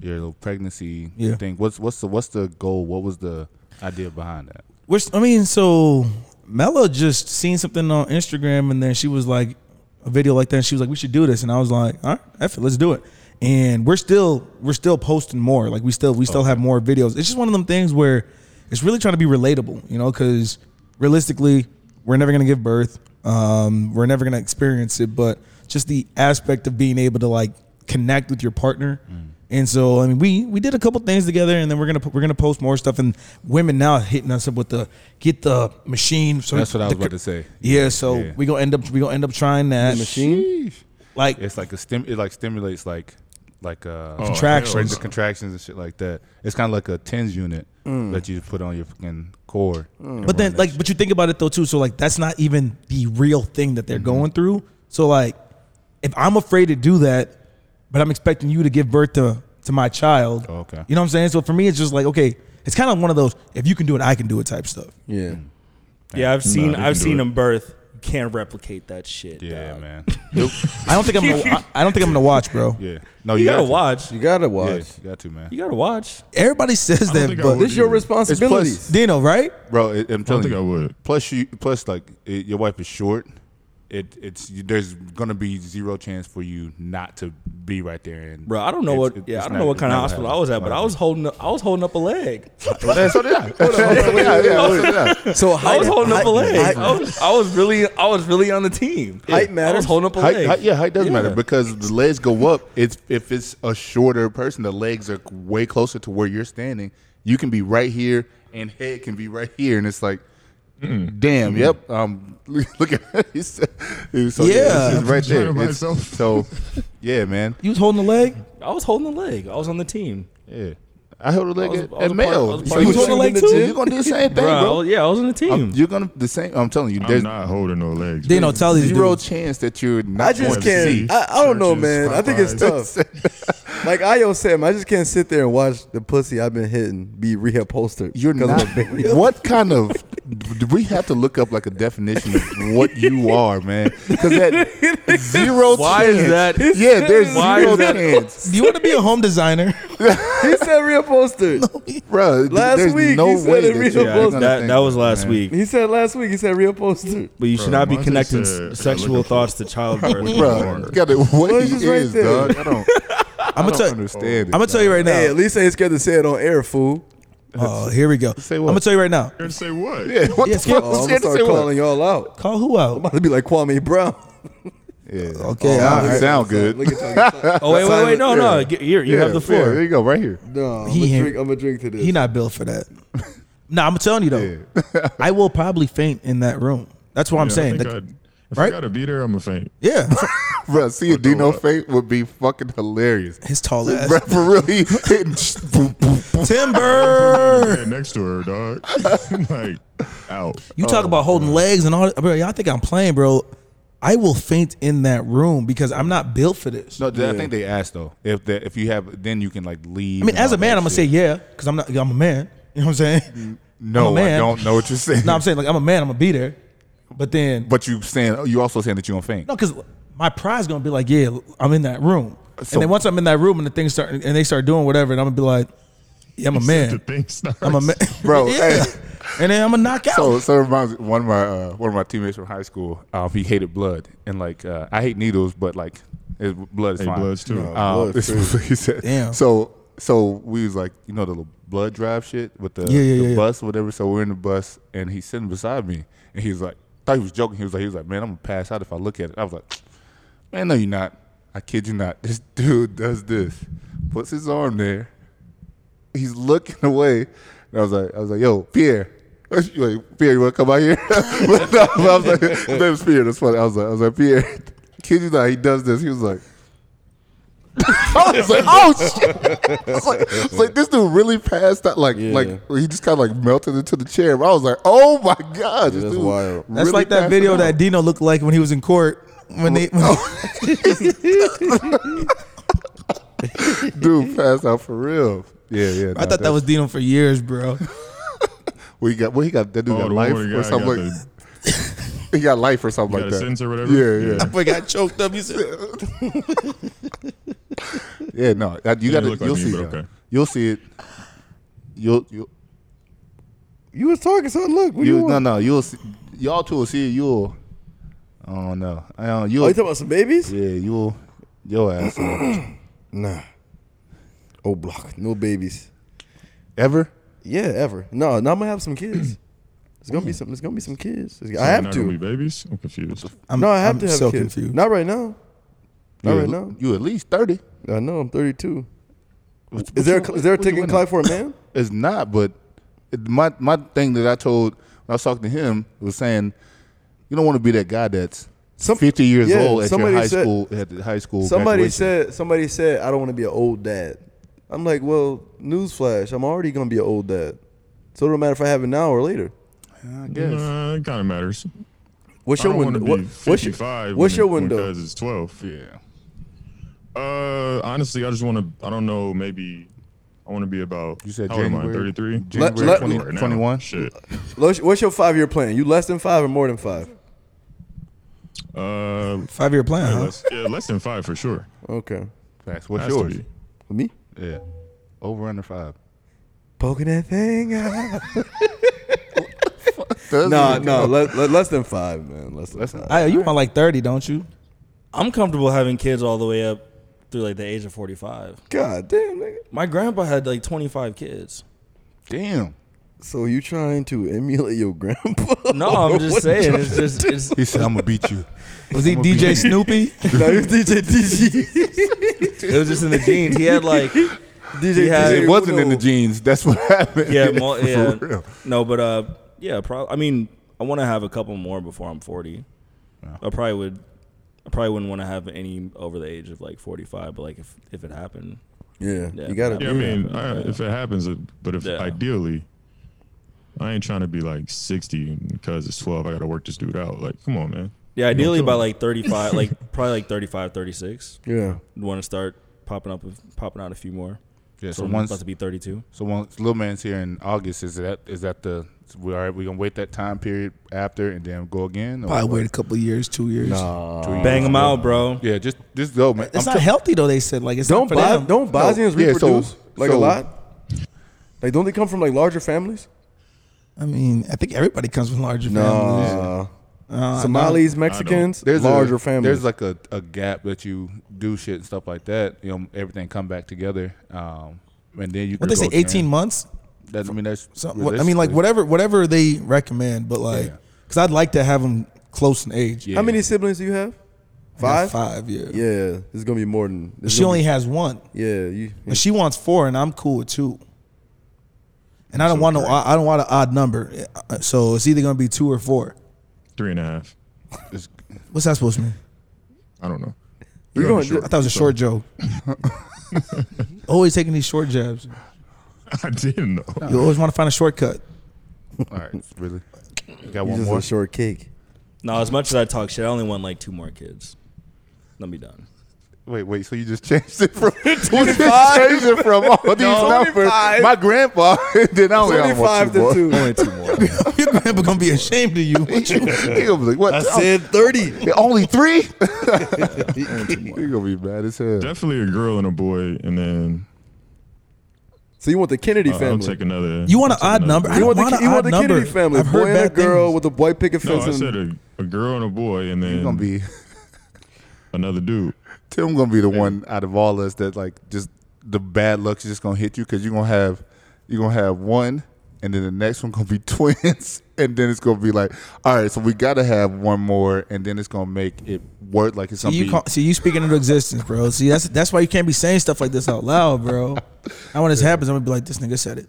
F: your little pregnancy
D: Yeah.
F: thing, what's what's the what's the goal? What was the idea behind that?
D: Which I mean, so Mela just seen something on Instagram, and then she was like, a video like that. And she was like, "We should do this," and I was like, "All right, F it, let's do it." And we're still we're still posting more. Like we still we still have more videos. It's just one of them things where it's really trying to be relatable, you know, because realistically, we're never gonna give birth. Um, we're never gonna experience it, but just the aspect of being able to like connect with your partner.
F: Mm.
D: And so, I mean, we we did a couple things together, and then we're gonna we're gonna post more stuff. And women now hitting us up with the get the machine. So
F: That's what I was
D: the-
F: about to say.
D: Yeah, so
F: Yeah.
D: we gonna end up we gonna end up trying that
F: Machine.
D: Like
F: It's like a stim. It like stimulates like like uh
E: Oh,
D: Contractions.
E: hell
F: the
E: no.
F: contractions and shit like that. It's kind of like a tens unit
E: Mm.
F: that you put on your fucking core. and
D: But then,
F: run that
D: like, but you think about it though too. So like, that's not even the real thing that they're
F: Mm-hmm.
D: going through. So like, if I'm afraid to do that, but I'm expecting you to give birth to to my child,
F: Oh, okay.
D: you know what I'm saying? So for me, it's just like, okay, it's kind of one of those if you can do it, I can do it type stuff.
G: Yeah.
H: Yeah, I've seen
E: they can
H: I've
E: do
H: seen
E: it.
H: them birth. You can't replicate that shit.
F: shit. yeah,
H: dog.
F: man.
D: I don't think I'm gonna, I I don't think I'm gonna watch, bro.
F: Yeah, no,
H: You, gotta
F: Oh, to.
H: watch.
G: You gotta
F: Yeah,
G: watch.
F: you got to, man.
H: You gotta watch.
D: Everybody says that,
E: think I
D: but
E: would.
G: This your
E: It's
G: responsibility.
D: Dino, right?
F: bro. It, I'm
E: I don't
F: telling
E: think
F: you,
E: I would.
F: Plus, you plus like it, your wife is short. It it's you, there's gonna be zero chance for you not to be right there. And
H: Bro, I don't know
F: it's-
H: what
F: it-
H: yeah,
F: it's
H: I don't
F: not-
H: know what
F: it's
H: kind of
F: not
H: hospital I
F: happening.
H: was at, but I was holding up, I was holding up a leg.
F: Yeah, so did I. So did I, yeah, so did I.
G: So height,
H: I was holding up a leg. Oh,
G: height-
H: I, was, I was really I was really on the team.
G: Height
H: I was
G: matters.
H: holding up a
F: Height,
H: leg.
F: height- yeah, height does matter
H: Yeah.
F: because the legs go up. It's if it's a shorter person, the legs are way closer to where you're standing. You can be right here, and head can be right here, and it's like,
H: Mm.
F: damn, yep. Um, look at he's- so,
D: Yeah.
F: it's, it's right there.
E: Enjoying
F: It's-
E: myself.
F: so, yeah, man.
D: You was holding the leg.
H: I was holding the leg. I was on the team.
F: Yeah. I held a
H: I was-
F: leg at,
H: I was
F: at
H: a part- I
F: Mayo.
H: was a
F: So
H: part
F: you
H: of the
F: so
H: team.
F: you-
G: Leg too?
F: you're gonna do the same thing,
H: Bro, I
F: bro.
H: was- yeah, I was on the team.
F: I'm- you're gonna the same. I'm telling you,
E: I'm
F: there's
E: not holding no legs.
D: They
E: bro.
D: don't tell these
F: zero
D: dudes.
F: chance that you're not.
G: I just
E: Wanted to see
G: can't. I, I don't know,
E: churches,
G: man. I think it's
E: Popeyes.
G: tough. like Io said, I just can't sit there and watch the pussy I've been hitting be reupholstered.
F: You're
G: 'cause
F: not.
G: I'm a big-
F: what kind of? Do we have to look up like a definition of what you are, man? Because that zero.
H: Why
F: chance,
H: is that-
F: Yeah, there's
H: Why
F: zero
H: is that-
F: chance,
D: Do you want to be a home designer?
G: he said reupholstered.
F: bro. th-
G: Last
F: there's
G: week,
F: no
G: he said
F: way
G: it
F: that
G: real
F: you're
H: yeah,
G: well,
F: gonna
H: that,
F: think
H: that was
F: that,
H: last
F: man.
H: week.
G: He said last week. He said reupholstered.
H: But you
E: Bro,
H: should not be
E: Monte
H: connecting
E: said,
H: s-
E: "I
H: sexual
E: look for-
H: thoughts to childbirth.
F: bro. Got it. What
G: Mine's
F: he
G: just right
F: is,
G: there.
F: dog. I don't.
D: I'm gonna
F: I don't
D: tell. I'm
F: understand it.
D: gonna tell you right
G: Hey,
D: now.
G: at least I ain't scared to say it on air, fool.
D: Oh, here we go. I'm
F: what?
D: gonna tell you right now.
E: You're gonna say what?
F: Yeah, what
D: Yeah,
F: the fuck?
D: skip-
G: Oh, I'm
F: was
G: gonna
F: that to
G: start
F: say what?
G: calling y'all out.
D: Call who out?
G: I'm about to be like Kwame Brown.
F: Yeah.
D: Okay,
F: Oh,
D: all
F: that
D: right.
F: sound good.
G: Look at y'all.
H: Oh wait, wait, wait! No, no,
F: Yeah.
H: get- here you
F: Yeah,
H: have the
F: yeah,
H: floor.
F: there you go, right here.
G: No, I'm
D: He
G: gonna
D: ain't-
G: drink. I'm gonna drink to this.
D: He not built for that. no, I'm telling you though. I will probably faint in that room. That's what I'm
E: Yeah, I
D: saying.
E: think
D: That-
E: I'd- if I
D: right?
E: gotta be there, I'm a faint.
D: yeah,
F: Bro, see a Dino fate would be fucking hilarious.
D: his tall ass.
F: Bro, for real, he hitting. boom, boom, boom.
D: Timber.
E: Yeah, next to her, dog. like out.
D: You talk
F: Oh,
D: about holding legs and all. that- Bro, y'all think I'm playing, bro? I will faint in that room because I'm not built for this.
F: No, I think they asked though. If that, if you have, then you can like leave.
D: I mean,
F: and
D: as a
F: all that
D: man, I'm gonna
F: shit. Mm-hmm.
D: say yeah because I'm not. I'm a man. You know what I'm saying?
F: no.
D: I'm a
F: I
D: man.
F: don't know what you're saying.
D: no, I'm saying like I'm a man. I'm gonna be there. But then,
F: but you saying oh, you also saying that you gonna faint.
D: No, because my pride's gonna be like, yeah, I'm in that room.
F: So-
D: and then once I'm in that room and the things start and they start doing whatever, and I'm gonna be like, yeah, I'm a
E: The
D: man.
E: thing starts.
D: I'm a man,
F: Bro,
D: yeah.
F: hey.
D: And then I'm gonna knock out.
F: So, so it reminds me, one of my uh, one of my teammates from high school. Um, he hated blood, and like uh, I hate needles, but like his blood is
E: Hey,
F: fine.
E: Bloods, too.
F: Um,
G: blood too.
F: he said.
D: Damn.
F: So, so we was like, you know, the little blood drive shit with the,
D: Yeah, yeah,
F: the
D: yeah.
F: bus, whatever. So we're in the bus, and he's sitting beside me, and he's like, thought he was joking. He was like, he was like, man, I'm gonna pass out if I look at it. I was like, man, no, you're not. I kid you not. This dude does this, puts his arm there, he's looking away. And I was like, I was like, yo, Pierre. You like, Pierre, you wanna come out here? but no, but I was like, his name's Pierre, that's funny. I was like, I was like, Pierre, kid you not, he does this. He was like I was like, oh shit. I was like, I was like, this dude really passed out like
G: Yeah.
F: like he just kinda like melted into the chair. But I was like, oh my God, this
G: that's
F: dude
G: wild.
D: That's
F: really
D: like that
F: passed
D: video
F: out.
D: that Dino looked like when he was in court. When they, when
F: dude passed out for real. Yeah, yeah.
D: I thought that was Dino for years, bro.
F: we got what he got that dude
E: Oh,
F: got
E: the
F: life
E: one guy
F: or something
E: got
F: like
E: the-
F: he got life or something
E: got
F: like
E: a
F: that.
E: sentence or whatever?
F: Yeah, yeah.
D: Boy got choked up. You said,
F: Yeah, no, that, you
E: Yeah,
F: got to.
E: it looked like
F: You'll
E: me,
F: see.
E: but
F: it.
E: okay.
F: You'll see it. You'll you'll,
G: you was talking, son. Look, what you,
F: you no
G: want?
F: no you'll see, y'all two will see it. You'll I don't know. I don't, you'll
G: Oh, you talking about some babies?
F: yeah you'll your ass will.
G: Nah. Oh, block. No babies.
F: ever.
G: Yeah, ever. No, now I'm gonna have some kids. It's gonna be some. It's gonna be some kids. It's- I
E: They're
G: have
E: not gonna Be
G: to.
E: babies? I'm confused.
D: I'm,
G: No, I have
D: I'm
G: to have
D: so
G: kids.
D: confused.
G: Not right now. Not
F: You
G: right
F: at-
G: now.
F: You at least thirty.
G: I know. I'm 32.
F: What-
G: Is
F: what
G: there
F: you-
G: a, is there a
F: what you
G: ticket in
F: winning?
G: Clyde for a man?
F: It's not, but it, my my thing that I told when I was talking to him was saying, you don't want to be that guy that's
G: Some-
F: fifty years
G: yeah,
F: old at your
G: somebody
F: high
G: said-
F: school at the high school.
G: Somebody
F: graduation.
G: said. Somebody said. I don't want to be an old dad. I'm like, well, newsflash. I'm already gonna be an old dad. So it don't matter if I have it now or later.
F: I guess.
E: Uh, it kind of matters.
G: What's
E: I
G: your
E: don't want
G: window?
E: to
G: What,
E: be
G: what's your,
E: 55.
G: what's your
E: Because
G: window?
E: it's 12.
F: Yeah.
E: Uh, honestly, I just want to. I don't know. Maybe I want to be about.
F: You said
E: how old am I,
F: January
E: 33.
F: January
G: Let- let-
F: 20
E: Right now.
F: 21?
E: Shit.
G: What's what's your five year plan? You less than five or more than five?
E: Uh,
D: Five year plan, huh?
E: less, yeah, less than five for sure.
G: Okay.
F: Facts. What's
E: Has to
F: yours?
E: be.
G: For me?
F: Yeah. Over under five.
G: Poking that thing out.
F: Doesn't
G: no,
F: even
G: no,
F: count.
G: le- le- less than five, man. Less than
F: Oh, That's
G: five.
F: not-
D: I, you want like thirty, don't you?
H: I'm comfortable having kids all the way up through like the age of 45.
G: God damn, nigga.
H: My grandpa had like 25 kids.
F: Damn.
G: So you trying to emulate your grandpa?
H: No, I'm just saying. It's just it's
F: He said, "I'm gonna beat you."
D: Was he DJ Snoopy?
G: no, you DJ DJ.
H: it was just in the genes. He had like
G: DJ
H: had-
F: it wasn't in the jeans. That's what happened.
H: yeah, mo-
F: For
H: yeah.
F: real.
H: No, but uh, yeah. Probably. I mean, I want to have a couple more before I'm 40. I probably would. I probably wouldn't want to have any over the age of like 45. But like, if if it happened,
G: Yeah,
H: Yeah.
G: you gotta.
E: Yeah, I
G: do that.
E: mean, I, if it happens, it- but if
H: Yeah.
E: ideally, I ain't trying to be like 60 because it's 12. I got to work this dude out. Like, come on, man.
H: Yeah, ideally
E: kill
H: by
E: him.
H: like 35, like probably like 35, 36.
G: yeah.
H: You want to start popping up, popping out a few more.
F: Yeah, so
H: So, one's
F: once-
H: about to be 32.
F: So once Little Man's here in August, is that is that the we all right? We gonna wait that time period after and then go again? Or
D: Probably
F: what?
D: wait a couple of years, two years.
F: Two years.
H: Bang them out, bro.
F: Yeah, just just go, man.
D: It's
F: I'm
D: not
F: tell-
D: healthy though. They said like it's
G: Don't
D: not for
G: bi-
D: them.
G: don't Bosnians
F: Yeah, so-
G: reproduce like
F: so-
G: a lot? Like don't they come from like larger families?
D: I mean, I think everybody comes from larger families.
G: No.
D: Uh,
G: Somalis, Mexicans,
F: there's
G: larger
F: a,
G: families.
F: There's like a, a gap that you do shit and stuff like that. You know, everything come back together, um, and then you.
D: What
F: can
D: they say,
F: go again.
D: eighteen months.
F: That, I mean, that's.
D: So, what, I mean, like
F: realistically-
D: whatever, whatever they recommend. But like,
F: Yeah.
D: because I'd like to have them close in age.
F: Yeah.
G: How many siblings do you have?
D: I got
G: Five.
D: five. Yeah.
G: Yeah, there's gonna be more than. there's
D: She
G: gonna
D: only
G: be-
D: has one,
G: yeah, you.
D: and she wants four, and I'm cool with two. And I don't
E: So
D: want no.
E: great.
D: I I don't want an odd number. Uh, So it's either gonna be two or four.
E: Three and a half.
F: It's-
D: What's that supposed to mean?
E: I don't know.
G: You're
E: You're on
G: going.
E: the short-
D: I thought it was a short joke. always taking these short jabs.
E: I didn't know.
D: You always want to find a shortcut.
F: All right, really. You got
G: you
F: one
G: just
F: more.
G: a short cake.
H: No, as much as I talk shit, I only want like two more kids. Let me done.
F: Wait, wait. So you just changed it from you just changed it from all these numbers.
G: 25.
F: My grandpa did not only have one
G: Twenty-five to
F: two.
G: two. Only two more.
D: Your grandpa gonna be ashamed of you.
F: boy. He was like, what?
G: I said thirty.
F: only three. You're gonna be mad as hell.
E: Definitely a girl and a boy, and then
G: So you want the Kennedy
E: uh, I'll
G: family?
E: take another.
D: You want
E: I'll
D: an odd
E: take
D: number?
E: another boy.
D: I
G: you
D: don't
G: want
D: want
G: the,
D: an
G: you
D: odd
G: want the
D: number.
G: Kennedy family?
D: I've
G: boy
D: heard
G: and a
D: bad
G: girl
D: things.
G: with a white picket
E: No,
G: fence.
E: I
G: and-
E: said a, a girl and a boy, and
F: You're gonna
E: then
F: be
E: another dude.
F: Tim. Gonna be the one out of all us that like just the bad luck's just gonna hit you because you're gonna have you're gonna have one, and then the next one gonna be twins, and then it's gonna be like, all right, so we gotta have one more, and then it's gonna make it work like it's
D: See
F: gonna
D: you,
F: be.
D: call, see you speaking into existence, bro. See that's that's why you can't be saying stuff like this out loud, bro. And when this happens, I'm gonna be like, this nigga said it.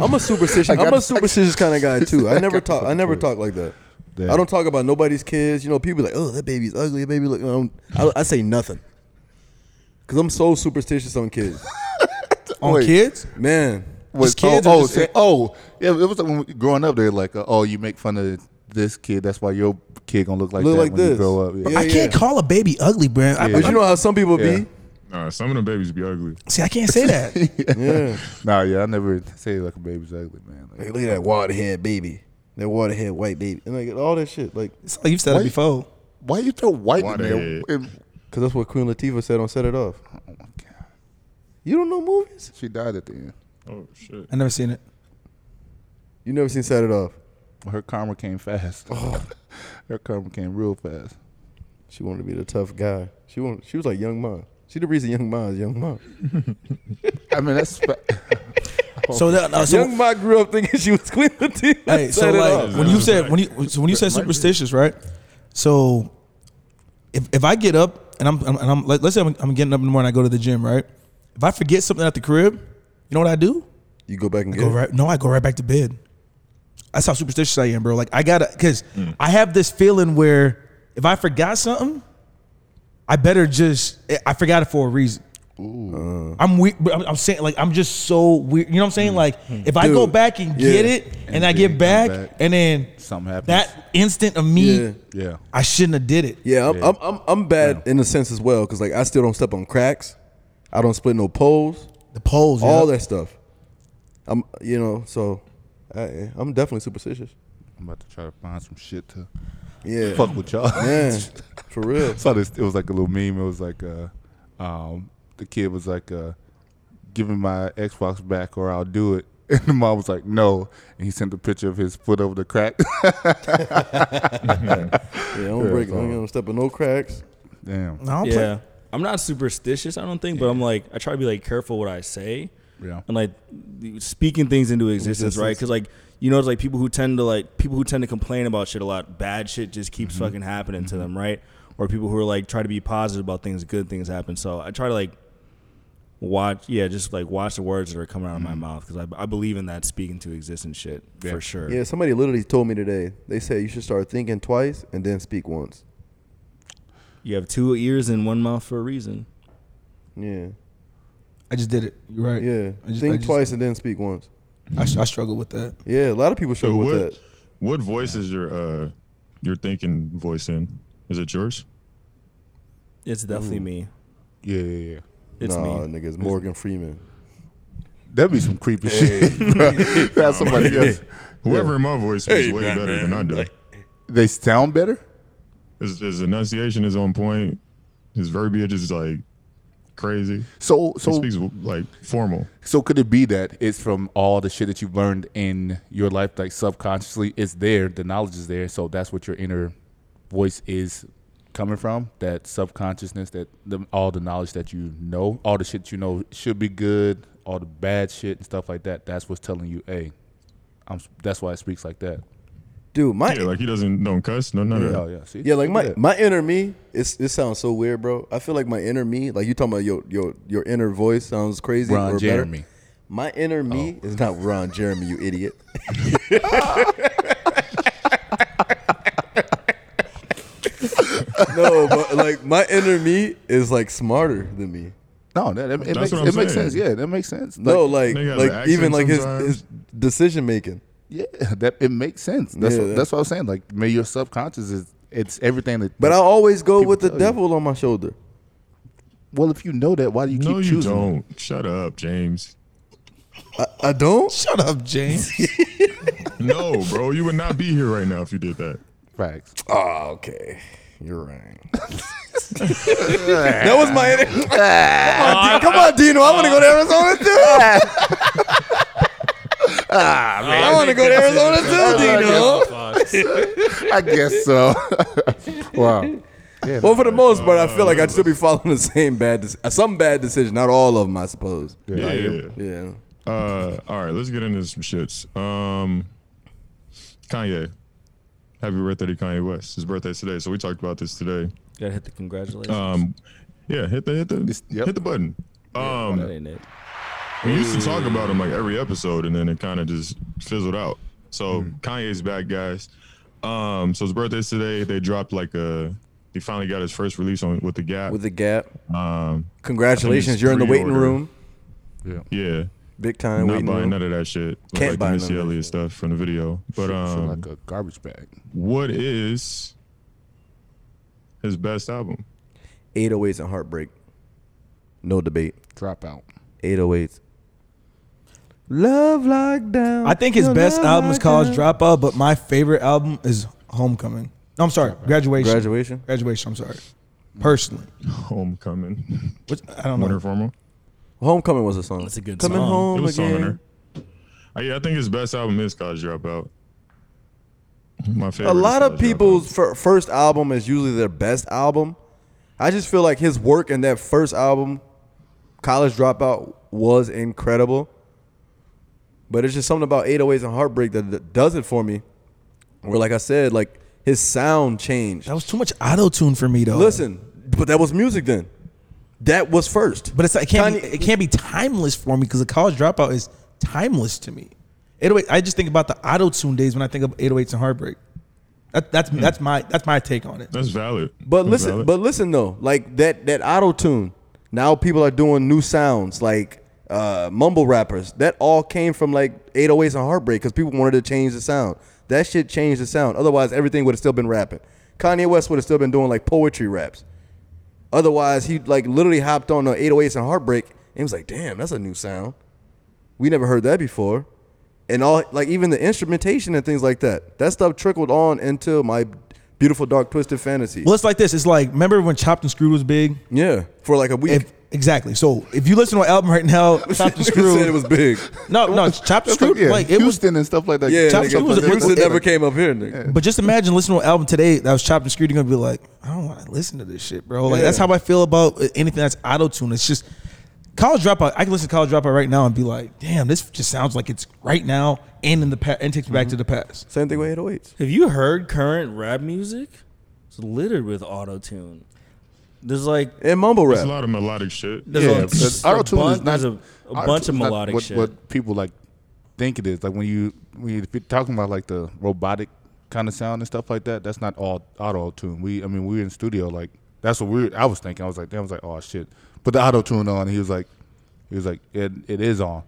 G: I'm a superstitious.
F: I
G: I'm
F: got-
G: a superstitious kind of guy too. I never talk. I never
F: control.
G: talk like that.
F: Yeah.
G: I don't talk about nobody's kids. You know, people be like, "Oh, that baby's ugly. That baby look." I, don't, I, I say nothing because I'm so superstitious on kids.
D: On
F: Wait.
D: kids,
G: Man,
F: was
D: kids
F: oh
D: are
F: oh,
D: just
F: say-
D: like-
F: oh yeah it was like when we, growing up they're like uh, oh you make fun of this kid that's why your kid gonna look like
G: Look
F: that
G: like
F: when you
G: this.
F: grow up yeah.
G: Yeah.
D: I can't call a baby ugly, bro. I,
G: but
F: Yeah.
G: you know how some people
F: Yeah.
G: be.
E: Nah, some of the babies be ugly.
D: see, I can't say that.
G: Yeah,
F: nah yeah I never say like a baby's ugly man
G: like,
F: Like,
G: look at that waterhead baby. That waterhead white baby, and like all that shit, like
D: It's like you've said
F: Why-
D: it before.
F: why you throw white in there
E: Waterhead.
F: And-
G: because that's what Queen Latifah said on "Set It Off."
F: oh my god
G: You don't know movies?
F: she died at the end
E: Oh shit.
D: I never seen it.
G: You never seen "Set It Off"?
F: her karma came fast her karma came real fast
G: She wanted to be the tough guy. She wanted, She was like Young Ma. She the reason Young Ma is Young Ma.
F: I mean that's fa-
D: So, that, uh, so
G: Young Ma grew up thinking she was Queen Latifah.
D: hey, so
G: Set it
D: like
G: off.
D: when you said when you so when you said superstitious, right? So if if I get up and I'm, I'm and I'm let, let's say I'm, I'm getting up in the morning, I go to the gym, right? If I forget something at the crib, you know what I do?
G: you go back and
D: Go right. No, I go right back to bed. That's how superstitious I am, bro. Like I gotta, cause I have this feeling where if I forgot something, I better just. I forgot it for a reason. I'm weird. but I'm, I'm saying like I'm just so weird. You know what I'm saying? Like if I go
G: Dude,
D: back and
G: yeah.
D: get it, and,
F: And
D: I
F: then
D: get
F: come
D: back,
F: back.
D: and then
F: Something happens.
D: That instant of me,
G: Yeah.
F: yeah
D: I shouldn't have did it.
G: Yeah, I'm, I'm, I'm, I'm bad in a sense as well because like I still don't step on cracks. I don't split no poles.
D: The poles,
G: All
D: yeah.
G: that stuff. I'm you know so I, I'm definitely superstitious.
F: I'm about to try to find some shit to
G: Yeah,
F: fuck with y'all
G: man, for real.
F: saw this. It was like a little meme. It was like, uh, um, the kid was like, uh, "Give me my Xbox back, or I'll do it." And the mom was like, "No," and he sent a picture of his foot over the crack.
G: Yeah, I don't
F: Yeah,
G: break. I
F: so-
G: don't step on no cracks.
F: Damn.
D: No, I don't play-
H: Yeah. I'm not superstitious, I don't think, but I'm like, I try to be like careful what I say.
F: Yeah.
H: and like speaking things into existence, right? 'Cause right? Because like you know, it's like people who tend to like people who tend to complain about shit a lot. Bad shit just keeps fucking happening to them, right? Or people who are like try to be positive about things, good things happen. So I try to like watch, yeah, just like watch the words that are coming out of my mouth because I, I believe in that speaking to existence shit for sure.
G: Yeah, somebody literally told me today. They said you should start thinking twice and then speak once.
H: You have two ears and one mouth for a reason.
G: Yeah,
D: I just did it. You're right.
G: Yeah,
D: I just,
G: think
D: I just-
G: twice and then speak once.
D: I, s- I struggle with that.
G: Yeah, a lot of people
E: So
G: struggle
E: what?
G: with that.
E: What voice is your uh your thinking voice in? Is it yours?
H: It's definitely me.
F: Yeah, yeah, yeah.
H: It's
G: nah,
H: me.
G: nigga, it's Morgan Freeman.
F: That'd be some creepy shit. bro. Have somebody else.
E: Whoever in my voice is way better than I do.
F: They sound better.
E: his, his enunciation is on point. His verbiage is like crazy.
F: So,
E: He
F: so,
E: speaks like formal.
F: so could it be that it's from all the shit that you've learned in your life, like subconsciously, it's there. The knowledge is there. So that's what your inner voice is coming from. That subconsciousness. That the, all the knowledge that you know, all the shit you know should be good. All the bad shit and stuff like that. That's what's telling you, hey, I'm. That's why it speaks like that.
G: Dude, my
E: Yeah, like he doesn't don't cuss. No, none of
F: Oh
E: that.
F: yeah, see,
G: Yeah, like
F: Look
G: my
F: at that.
G: my inner me. It's it sounds so weird, bro. I feel like my inner me, like you talking about your your your inner voice sounds crazy.
F: Ron
G: or
F: Jeremy.
G: Better. My inner me is not Ron Jeremy, you idiot. no, but like my inner me is like smarter than me.
F: No, that, that- it,
E: That's
F: makes,
E: what I'm
F: it makes
E: saying.
F: sense. Yeah, that makes sense.
G: No, like
E: nigga has an
G: like even
E: accent
G: like his,
E: sometimes.
G: his decision making.
F: Yeah, that it makes sense. That's
G: Yeah,
F: what,
G: that-
F: that's what I was saying. Like, may your subconscious is it's everything that.
G: But I always go
F: People
G: with the
F: tell you.
G: devil on my shoulder.
F: well, if you know that, why do you keep
E: No, you
F: choosing? it?
E: don't. Shut up, James.
G: I don't.
D: Shut up, James.
E: No, bro, you would not be here right now if you did that.
F: Facts.
G: Oh, okay. You're right. that was my inner.
E: Ah.
G: come, on, D- come on, Dino. I want to go to Arizona too. Ah,
E: Ah,
G: I want to go to Arizona too, Dino.
F: I guess so. wow. Yeah,
G: Well, for the most part, I feel like I'd still be following the same bad, dec- uh, some bad decision. Not all of them, I suppose.
E: Yeah.
G: Yeah.
E: Uh, all right, let's get into some shits. Um, Kanye. Happy birthday to Kanye West. His birthday's today, so we talked about this today.
H: Gotta hit the congratulations.
E: Um, yeah, hit the hit the
F: This- yep.
E: hit the button. Um,
H: that ain't it.
E: We used to talk about him like every episode, and then it kind of just fizzled out. So
G: Hmm.
E: Kanye's back, guys. Um, so his birthday's today. They dropped like a. He finally got his first release on with the Gap.
G: With the gap.
E: um,
G: Congratulations, you're in the waiting
E: pre-order.
G: room.
E: yeah,
G: Big time
E: not
G: waiting
E: buying
G: room.
E: none of that shit.
G: Can't
E: like the
G: buy none of
E: Missy
G: that
E: Elliott stuff from the video. But um,
F: like a garbage bag.
E: what is his best album?
G: 808s and heartbreak. No debate.
F: Dropout.
G: 808s. Love like down.
D: I think his best album is College Dropout, but my favorite album is Homecoming. No, I'm sorry, Graduation.
G: Graduation?
D: Graduation. I'm sorry. Personally,
E: Homecoming,
D: Which, I don't
E: Winter
D: know.
E: Formal.
G: Homecoming was a song.
H: That's a good
G: Coming
H: song.
G: home
E: It was
G: again.
E: song on there. Uh, yeah, I think his best album is College Dropout. My favorite.
G: A
E: is
G: lot of
E: College Dropout.
G: people's fir- first album is usually their best album. I just feel like his work in that first album, College Dropout, was incredible. But it's just something about 808s and Heartbreak that, that does it for me. Where, like I said, like his sound changed.
D: That was too much auto tune for me though.
G: Listen, but that was music then. That was first.
D: But it's like, it can't
G: Kanye-
D: be, it can't be timeless for me because the college dropout is timeless to me. 808, I just think about the auto tune days when I think of 808s and heartbreak. That, that's
G: Hmm.
D: that's my that's my take on it.
E: That's valid.
G: But
E: That's
G: listen,
E: valid.
G: but listen though, like that that auto tune. Now people are doing new sounds like uh, mumble rappers. That all came from like 808s and Heartbreak because people wanted to change the sound. That shit changed the sound. Otherwise, everything would have still been rapping. Kanye West would have still been doing like poetry raps. Otherwise, he like literally hopped on the 808s and Heartbreak and was like, "Damn, that's a new sound. We never heard that before." And all like even the instrumentation and things like that. That stuff trickled on into my beautiful dark twisted fantasy.
D: Well, it's like this. It's like remember when Chopped and Screwed was big?
G: Yeah, for like a week.
D: If, exactly. So if you listen to an album right now, Chopped and
G: Nigga said
D: Screwed.
G: it was big.
D: No, no, Chopped and
F: That's like,
D: Screwed.
F: yeah,
D: Like it was.
F: Houston and stuff like that.
G: Yeah,
D: Top
G: nigga,
D: Screw was a
G: Houston
D: big-
G: never came up here, nigga.
D: But just imagine listening to an album today that was chopped and screwed. You're gonna be like, I don't want to listen to this shit, bro. Like
G: Yeah.
D: that's how I feel about uh, anything that's auto tune. It's just college dropout. I can listen to college dropout right now and be like, damn, this just sounds like it's right now and in the past and takes me
G: Mm-hmm.
D: back to the past.
G: Same thing with 808s.
H: Have you heard current rap music? It's littered with auto tune. There's like
G: And mumble
E: It's a
G: rap.
E: lot of melodic shit.
H: there's
F: Yeah,
H: a,
F: but auto-tune
H: bun-
F: is not-
H: there's a, a
F: auto-tune
H: bunch
F: is
H: of
F: not
H: melodic
F: what,
H: shit.
F: What people like think it is like when you when you- if you're talking about like the robotic kind of sound and stuff like that. That's not all auto tune. We I mean we were in studio like that's what we I was thinking. I was like damn, I was like oh shit, put the auto tune on. And he was like He was like, it, it is on.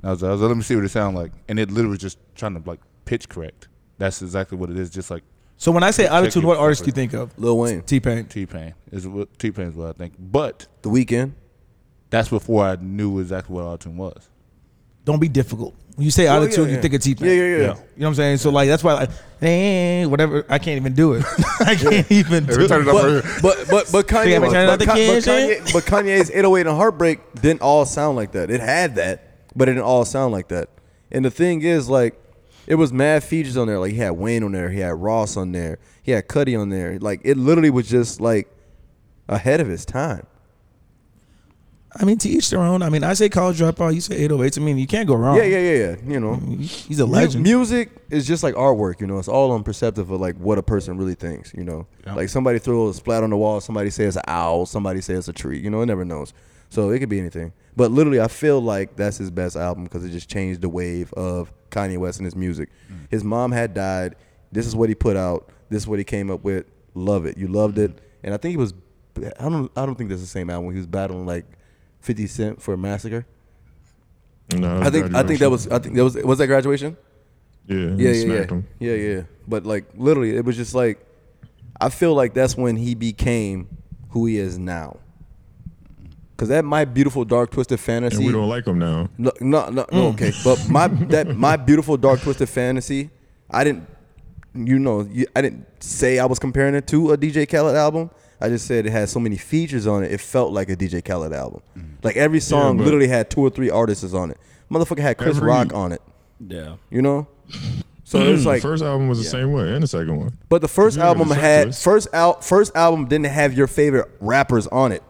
F: And I was, like, I was like, let me see what it sounds like. And it literally was just trying to like pitch correct. That's exactly what it is. Just like
D: So when I say attitude,
F: you
D: what
F: for
D: artist do
F: free.
D: you think of?
G: Lil Wayne,
D: T Pain.
F: T Pain is what T Pain is what I think. But
G: The Weeknd.
F: that's before I knew exactly what autotune was.
D: Don't be difficult. When you say attitude,
G: yeah,
D: you
G: yeah.
D: think of T Pain.
G: Yeah, yeah, yeah.
D: You know what I'm saying? So like that's why like eh, whatever I can't even do it. I can't even do
F: Every
D: it.
F: time it's
G: But
F: over-
G: but but but Kanye,
D: Think I'm
G: but,
D: turning out the
G: Ka- but
D: kids,
G: Kanye, but Kanye's 808 and Heartbreak didn't all sound like that. It had that, but it didn't all sound like that. And the thing is, like, it was mad features on there. Like he had Wayne on there, he had Ross on there, he had Cuddy on there. Like it literally was just like ahead of his time.
D: I mean to each their own. I mean I say college dropout, you say 808. I mean you can't go wrong.
G: Yeah, yeah, yeah, yeah. You know,
D: He's a
G: Mu-
D: legend.
G: music is just like artwork, you know. It's all on perceptive of like what a person really thinks, you know. Like somebody throws a splat on the wall, somebody says an owl, somebody says a tree, you know. It never knows, so it could be anything. But literally, I feel like that's his best album because it just changed the wave of Kanye West and his music. His mom had died. This is what he put out. This is what he came up with. Love it. You loved it. And I think he was. I don't. I don't think that's the same album. He was battling like Fifty Cent for a massacre.
E: No,
G: I think. I think that
E: graduation.
G: was. I think that was. Was that graduation?
E: yeah,
G: yeah,
E: he
G: yeah, yeah.
E: smacked him.
G: yeah, yeah. But like literally, it was just like I feel like that's when he became who he is now. Cause that my beautiful dark twisted fantasy.
E: and we don't Mm. like him now.
G: No, no, no, no, okay. But my that my beautiful dark twisted fantasy, I didn't, you know, you, I didn't say I was comparing it to a DJ Khaled album. I just said it had so many features on it, it felt like a DJ Khaled album. Like every song
E: Mm. but-
G: literally had two or three artists on it. Motherfucker had Chris
E: Every-
G: Rock on it.
H: Yeah.
G: You know, so it's
E: the
G: like
E: first album was the same way, and the second one.
G: but the first
E: You remember
G: album
E: the set
G: had
E: list?
G: first out first album didn't have your favorite rappers on it.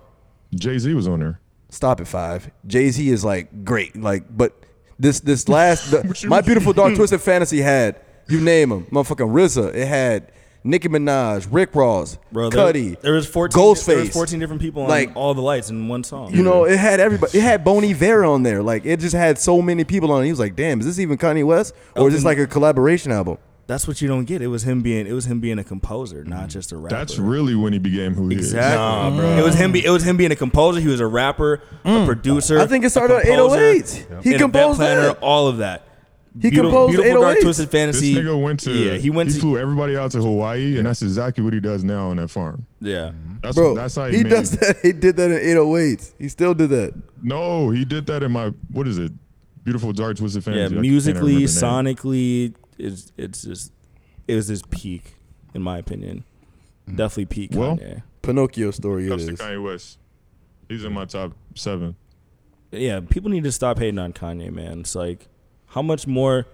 E: Jay Z was on there.
G: Stop at five. Jay Z is like great, like but this this last
E: What
G: the,
E: you
G: my
E: mean?
G: beautiful dark twisted fantasy had you name him motherfucking RZA. It had Nicki Minaj, Rick Ross,
H: Bro, there,
G: Cuddy.
H: there was 14
G: Ghostface.
H: There was 14 different people on
G: Like-
H: all the lights in one song.
G: You know, it had everybody. It had Boney Vera on there. Like it just had so many people on. it. He was like, "Damn, is this even Kanye West or is this
H: Elton-
G: like a collaboration album?"
H: that's what you don't get. It was him being it was him being a composer, not just a rapper.
E: Mm. That's Mm. really when he became who he
H: Exactly. It was him. Be, it was him being a composer. He was a rapper,
E: Mm.
H: a producer.
G: I think it
H: a
G: started at
H: composer,
G: 808. Yep. He
H: an event
G: composed
H: planner,
G: that.
H: All of that.
G: He composed
H: Beautiful Dark
G: 808s.
H: Twisted
E: is.
H: Fantasy.
E: This nigga went to
H: Yeah, he went to.
E: flew everybody out to Hawaii, and that's exactly what he does now on that farm.
H: Yeah.
E: That's
G: Bro,
E: that's how he,
G: he
E: made,
G: does that. He did that in 808s. He still did that.
E: No, he did that in my what is it? Beautiful Dark Twisted Fantasy.
H: Yeah.
E: I can't
H: Musically,
E: remember the name.
H: sonically, it's it's just it was his peak, in my opinion. Definitely peak.
E: Mm. Well-
H: Kanye.
G: Pinocchio story it
E: That's to
G: is.
E: Kanye West. He's in my top seven.
H: yeah, people need to stop hating on Kanye, man. It's like how much more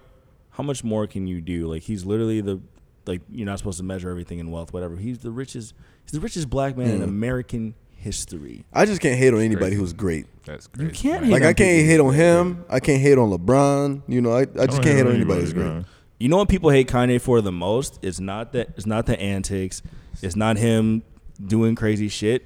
H: how much more can you do? Like he's literally the like you're not supposed to measure everything in wealth, whatever. He's the richest he's the richest black man in
E: Mm.
H: American history.
G: I just can't hate on anybody who's great.
F: That's
H: You
F: crazy.
H: can't hate
G: Like
H: on
G: I can't
H: people.
G: hate on him. I can't hate on LeBron. You know, I, I just can't hate on anybody
E: anybody's
G: who's great.
H: You know what people hate Kanye for the most? It's not that it's not the antics. It's not him doing crazy shit.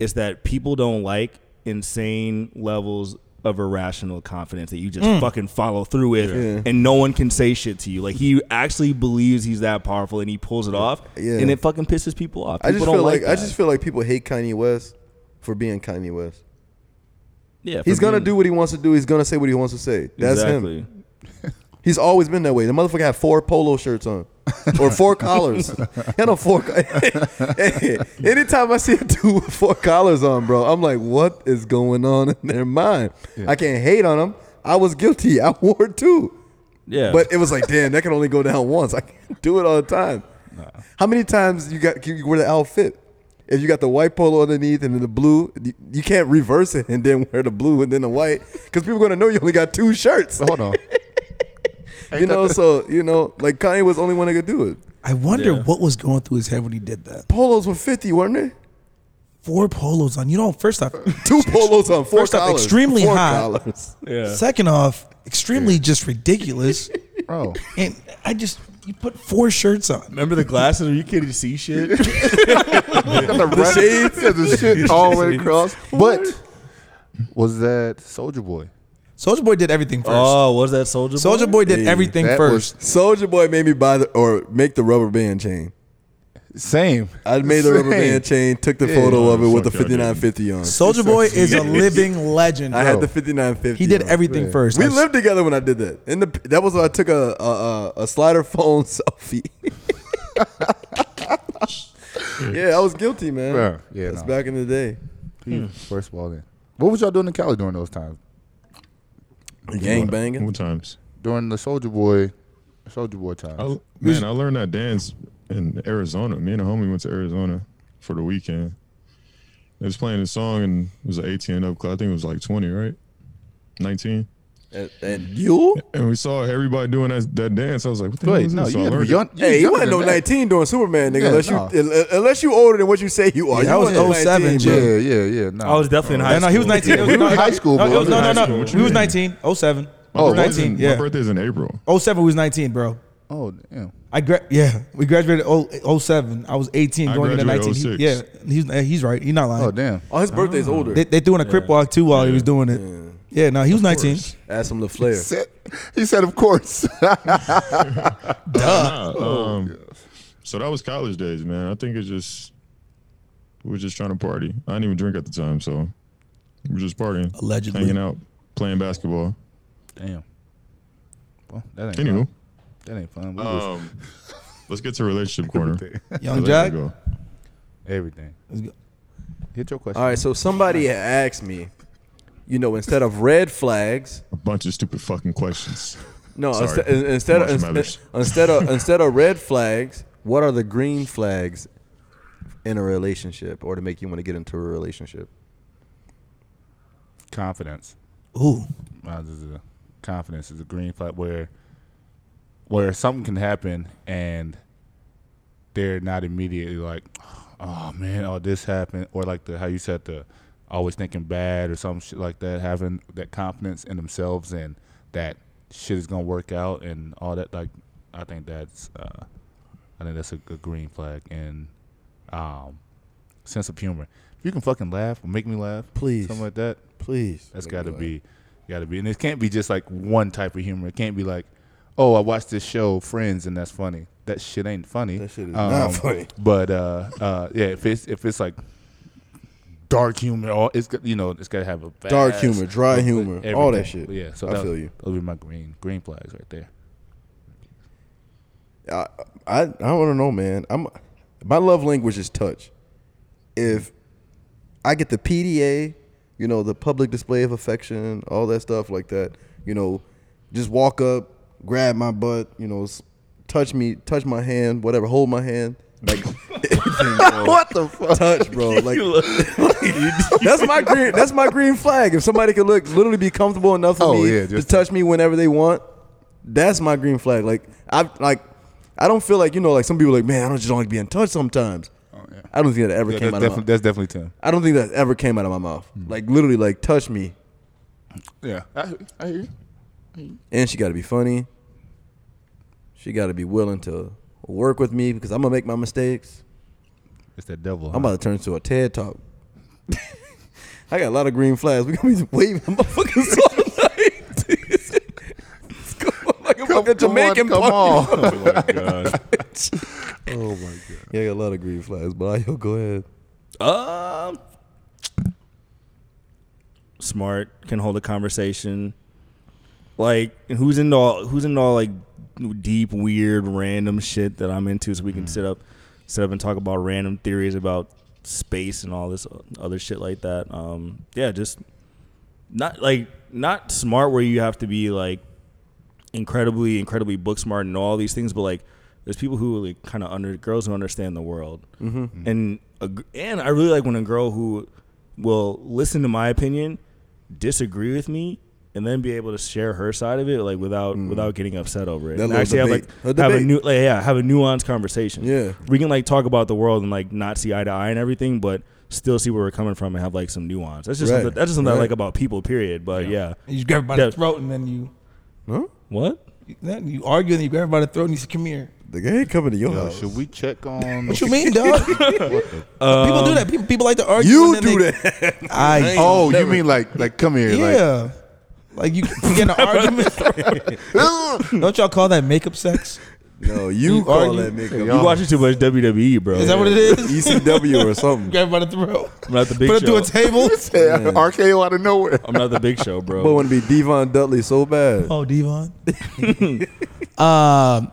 H: It's that people don't like insane levels of irrational confidence that you just fucking follow through with
G: Mm. Yeah.
H: and no one can say shit to you. Like he actually believes he's that powerful and he pulls it off
G: Yeah.
H: and it fucking pisses people off.
G: I
H: People
G: just
H: don't
G: feel like,
H: like,
G: I
H: that.
G: just feel like people hate Kanye West for being Kanye West.
H: yeah,
G: He's
H: for
G: gonna
H: being-
G: do what he wants to do. He's gonna say what he wants to say. That's
H: exactly.
G: him. He's always been that way. The motherfucker had four polo shirts on. or four collars. He had on four. co- hey, anytime I see a dude with four collars on, bro, I'm like, what is going on in their mind? I can't hate on him. I was guilty. I wore two.
H: Yeah.
G: But it was like, damn, that can only go down once. I can't do it all the time. How many times you got you wear the outfit? If you got the white polo underneath and then the blue, you- you can't reverse it and then wear the blue and then the white because people gonna know you only got two shirts.
F: Hold on.
G: You know, so you know, like Kanye was the only one that could do it.
D: I wonder
H: Yeah.
D: what was going through his head when he did that.
G: Polos were fifty, weren't they?
D: Four polos on. You know, first off,
G: Two polos on four
D: First off,
G: collars.
D: extremely
G: four
D: high.
G: collars.
H: yeah.
D: second off, extremely just ridiculous.
F: Bro.
D: and I just you put four shirts on.
H: Remember the glasses? Are you kidding? See shit?
F: the, shades and the shit all the way across. But was that Soldier Boy?
D: Soldier Boy did everything first.
H: oh, was that Soldier Boy?
D: Soldier Boy did everything
F: that
D: first.
G: Soldier Boy made me buy the or make the rubber band chain.
F: Same.
G: I made the rubber
F: Same.
G: band chain, took the
F: Yeah.
G: photo of it with the
E: Fuck y'all, dude.
G: 5950 on.
D: Soldier Boy is a living legend.
G: I
D: bro.
G: had the 5950.
D: He did
G: on.
D: everything first.
G: We
D: I-
G: lived together when I did that. And the that was when I took a a, a, a slider phone selfie. yeah, I was guilty, man.
F: Bro, yeah,
G: That's
F: no.
G: back in the day.
F: First of all, then. What was y'all doing in Cali during those times?
G: Gang
E: What-
G: banging.
E: What times?
F: During the Soldier Boy, Soldier Boy time.
E: I, man, I learned that dance in Arizona. Me and a homie went to Arizona for the weekend. They was playing a song and it was an 18 and up club. I think it was like 20, right? 19.
G: And, and you?
E: And we saw everybody doing that, that dance. I was like, what the hell
F: Wait,
E: is
F: no,
E: this? So I
F: you had to be
E: learned
F: young.
E: it.
F: was
G: Hey, you
F: younger
G: wasn't no
F: than that.
G: 19 doing Superman, nigga.
F: Yeah,
G: unless you
F: nah.
G: uh, unless you older than what you say you are.
D: Yeah,
G: you
D: I was
G: wasn't
D: 07,
G: 19,
D: Jay.
G: bro.
F: Yeah, yeah, yeah. No.
H: I was definitely in high
D: No, no,
H: school.
D: he was 19. It
F: we
D: no,
F: were in high school,
D: no, it
F: bro.
D: was-
F: We were
D: No,
E: in
D: no,
E: high school.
D: no.
E: What
D: We
E: you
D: was
E: mean?
D: 19. 07.
F: Oh,
D: Oh,
E: My
F: was it?
D: 19.
E: birthday's- My
D: Yeah.
E: birthday's in April.
D: 07 we was 19, bro.
F: Oh, damn.
D: I gra- yeah, we graduated oh, 07. I was 18
E: I
D: going into
E: graduated
D: 19. He-
E: 06.
D: yeah, he's eh, he's right. He's not lying.
F: Oh, damn.
G: Oh, his birthday's older.
D: Ah. They, they threw in a crip walk too while he was doing it. Yeah, no, he was 19.
E: course.
G: Ask him LaFleur.
F: Said- He said, of course.
E: Nah, um, so that was college days, man. I think it's just we were just trying to party. I didn't even drink at the time, so we were just partying,
D: Allegedly.
E: hanging out, playing basketball.
F: damn. Well, that ain't
E: Anywho,
F: fun. That ain't fun. We was
E: um, let's get to relationship corner.
D: Young
E: There
D: Jack.
E: we go.
F: everything.
D: go.
F: Hit your question.
G: All right, so somebody had asked me, you know, instead of red flags,
E: A bunch of stupid fucking questions.
G: No,
E: Sorry.
G: instead, in- instead, of,
E: Marshmallows.
G: instead, instead of instead of red flags, what are the green flags in a relationship or to make you want to get into a relationship?
F: Confidence.
D: Ooh,
F: Uh, this is a- confidence is a green flag where where something can happen and they're not immediately like, oh man, oh this happened, or like the how you said the always thinking bad or some shit like that. Having that confidence in themselves and that shit is gonna work out and all that. Like, I think that's uh, I think that's a good green flag and um, sense of humor. If you can fucking laugh or make me laugh,
G: Please.
F: something like that.
G: Please,
F: That's got to be, got to be, and it can't be just like one type of humor. It can't be like, oh, I watched this show Friends and that's funny. That shit ain't funny. That
G: shit is not funny.
F: But uh, uh, yeah, if it's if it's like dark humor, all it's got- you know it's got to have a vast,
G: dark humor, dry humor, all that
F: everything.
G: shit.
F: Yeah, so
G: I
F: that-
G: feel you.
F: Those would be my green green flags right there.
G: I I, I don't know, man. I'm my love language is touch. If I get the PDA, you know, the public display of affection, all that stuff like that, you know, just walk up, grab my butt, you know, s- touch me, touch my hand, whatever, hold my hand. Like what the fuck? Touch, bro. Like, that's my green that's my green flag. If somebody could look literally be comfortable enough for
F: Oh,
G: me
F: yeah,
G: to
F: just-
G: touch me whenever they want, that's my green flag. Like I like I don't feel like you know like some people like man I don't just don't like being touched sometimes.
F: Oh, yeah.
G: I don't think that ever
F: Yeah,
G: came out of
F: that's,
G: my.
F: definitely, that's definitely Tim.
G: I don't think that ever came out of my mouth.
F: Hmm.
G: Like literally like touch me
F: Yeah, I, I hear you.
G: and she got to be funny. She got to be willing to work with me because I'm gonna make my mistakes.
F: It's that devil.
G: I'm about to turn into a TED talk. I got a lot of green flags. We gonna be waving motherfuckers all night. It's going like a fucking Jamaican
F: come
G: party.
F: on.
H: Oh my god.
G: Yeah, I got a lot of green flags, but I, yo, go ahead.
H: Um, smart, can hold a conversation. Like who's into all who's into all like deep, weird, random shit that I'm into, so we can sit up, sit up and talk about random theories about space and all this other shit like that. Um, yeah, just not like not smart where you have to be like incredibly, incredibly book smart and all these things, but like there's people who like kind of under girls who understand the world, mm-hmm. and a g and I really like when a girl who will listen to my opinion, disagree with me, and then be able to share her side of it like without without getting upset over it.
G: Mm-hmm. That
H: And
G: little
H: actually
G: debate. A
H: have like have a
G: debate.
H: new like, yeah have a nuanced conversation.
G: Yeah.
H: we can like talk about the world and like not see eye to eye and everything, but still see where we're coming from and have like some nuance. That's just
G: Right.
H: something, that's just something I
G: Right.
H: like about people. Period. But yeah,
D: you just grab her by the
H: Yeah.
D: throat and then you
H: what?
D: then you argue and you grab her by the throat and you say, "Come here."
G: The guy ain't coming to your
F: Yo,
G: house.
F: Oh, should we check on?
D: What you mean, dog? people do that. People, people like to argue. and
G: you
D: then
G: do
D: they-
G: that.
D: I
F: oh, you mean like like come here? Like,
D: yeah. Like, you get in an argument. Don't y'all call that makeup sex?
G: No, you,
F: You
G: call
F: argue-
G: that nigga.
H: You watching too much WWE, bro.
D: Is that what it is?
G: ECW E or something.
D: Grab by the throat.
H: I'm not the big
D: Put it through
H: show.
D: a table.
F: Yeah, RKO out of nowhere.
H: I'm not the big show,
G: I
H: bro.
G: want to be Devon Dudley so bad.
D: Oh, Devon. um,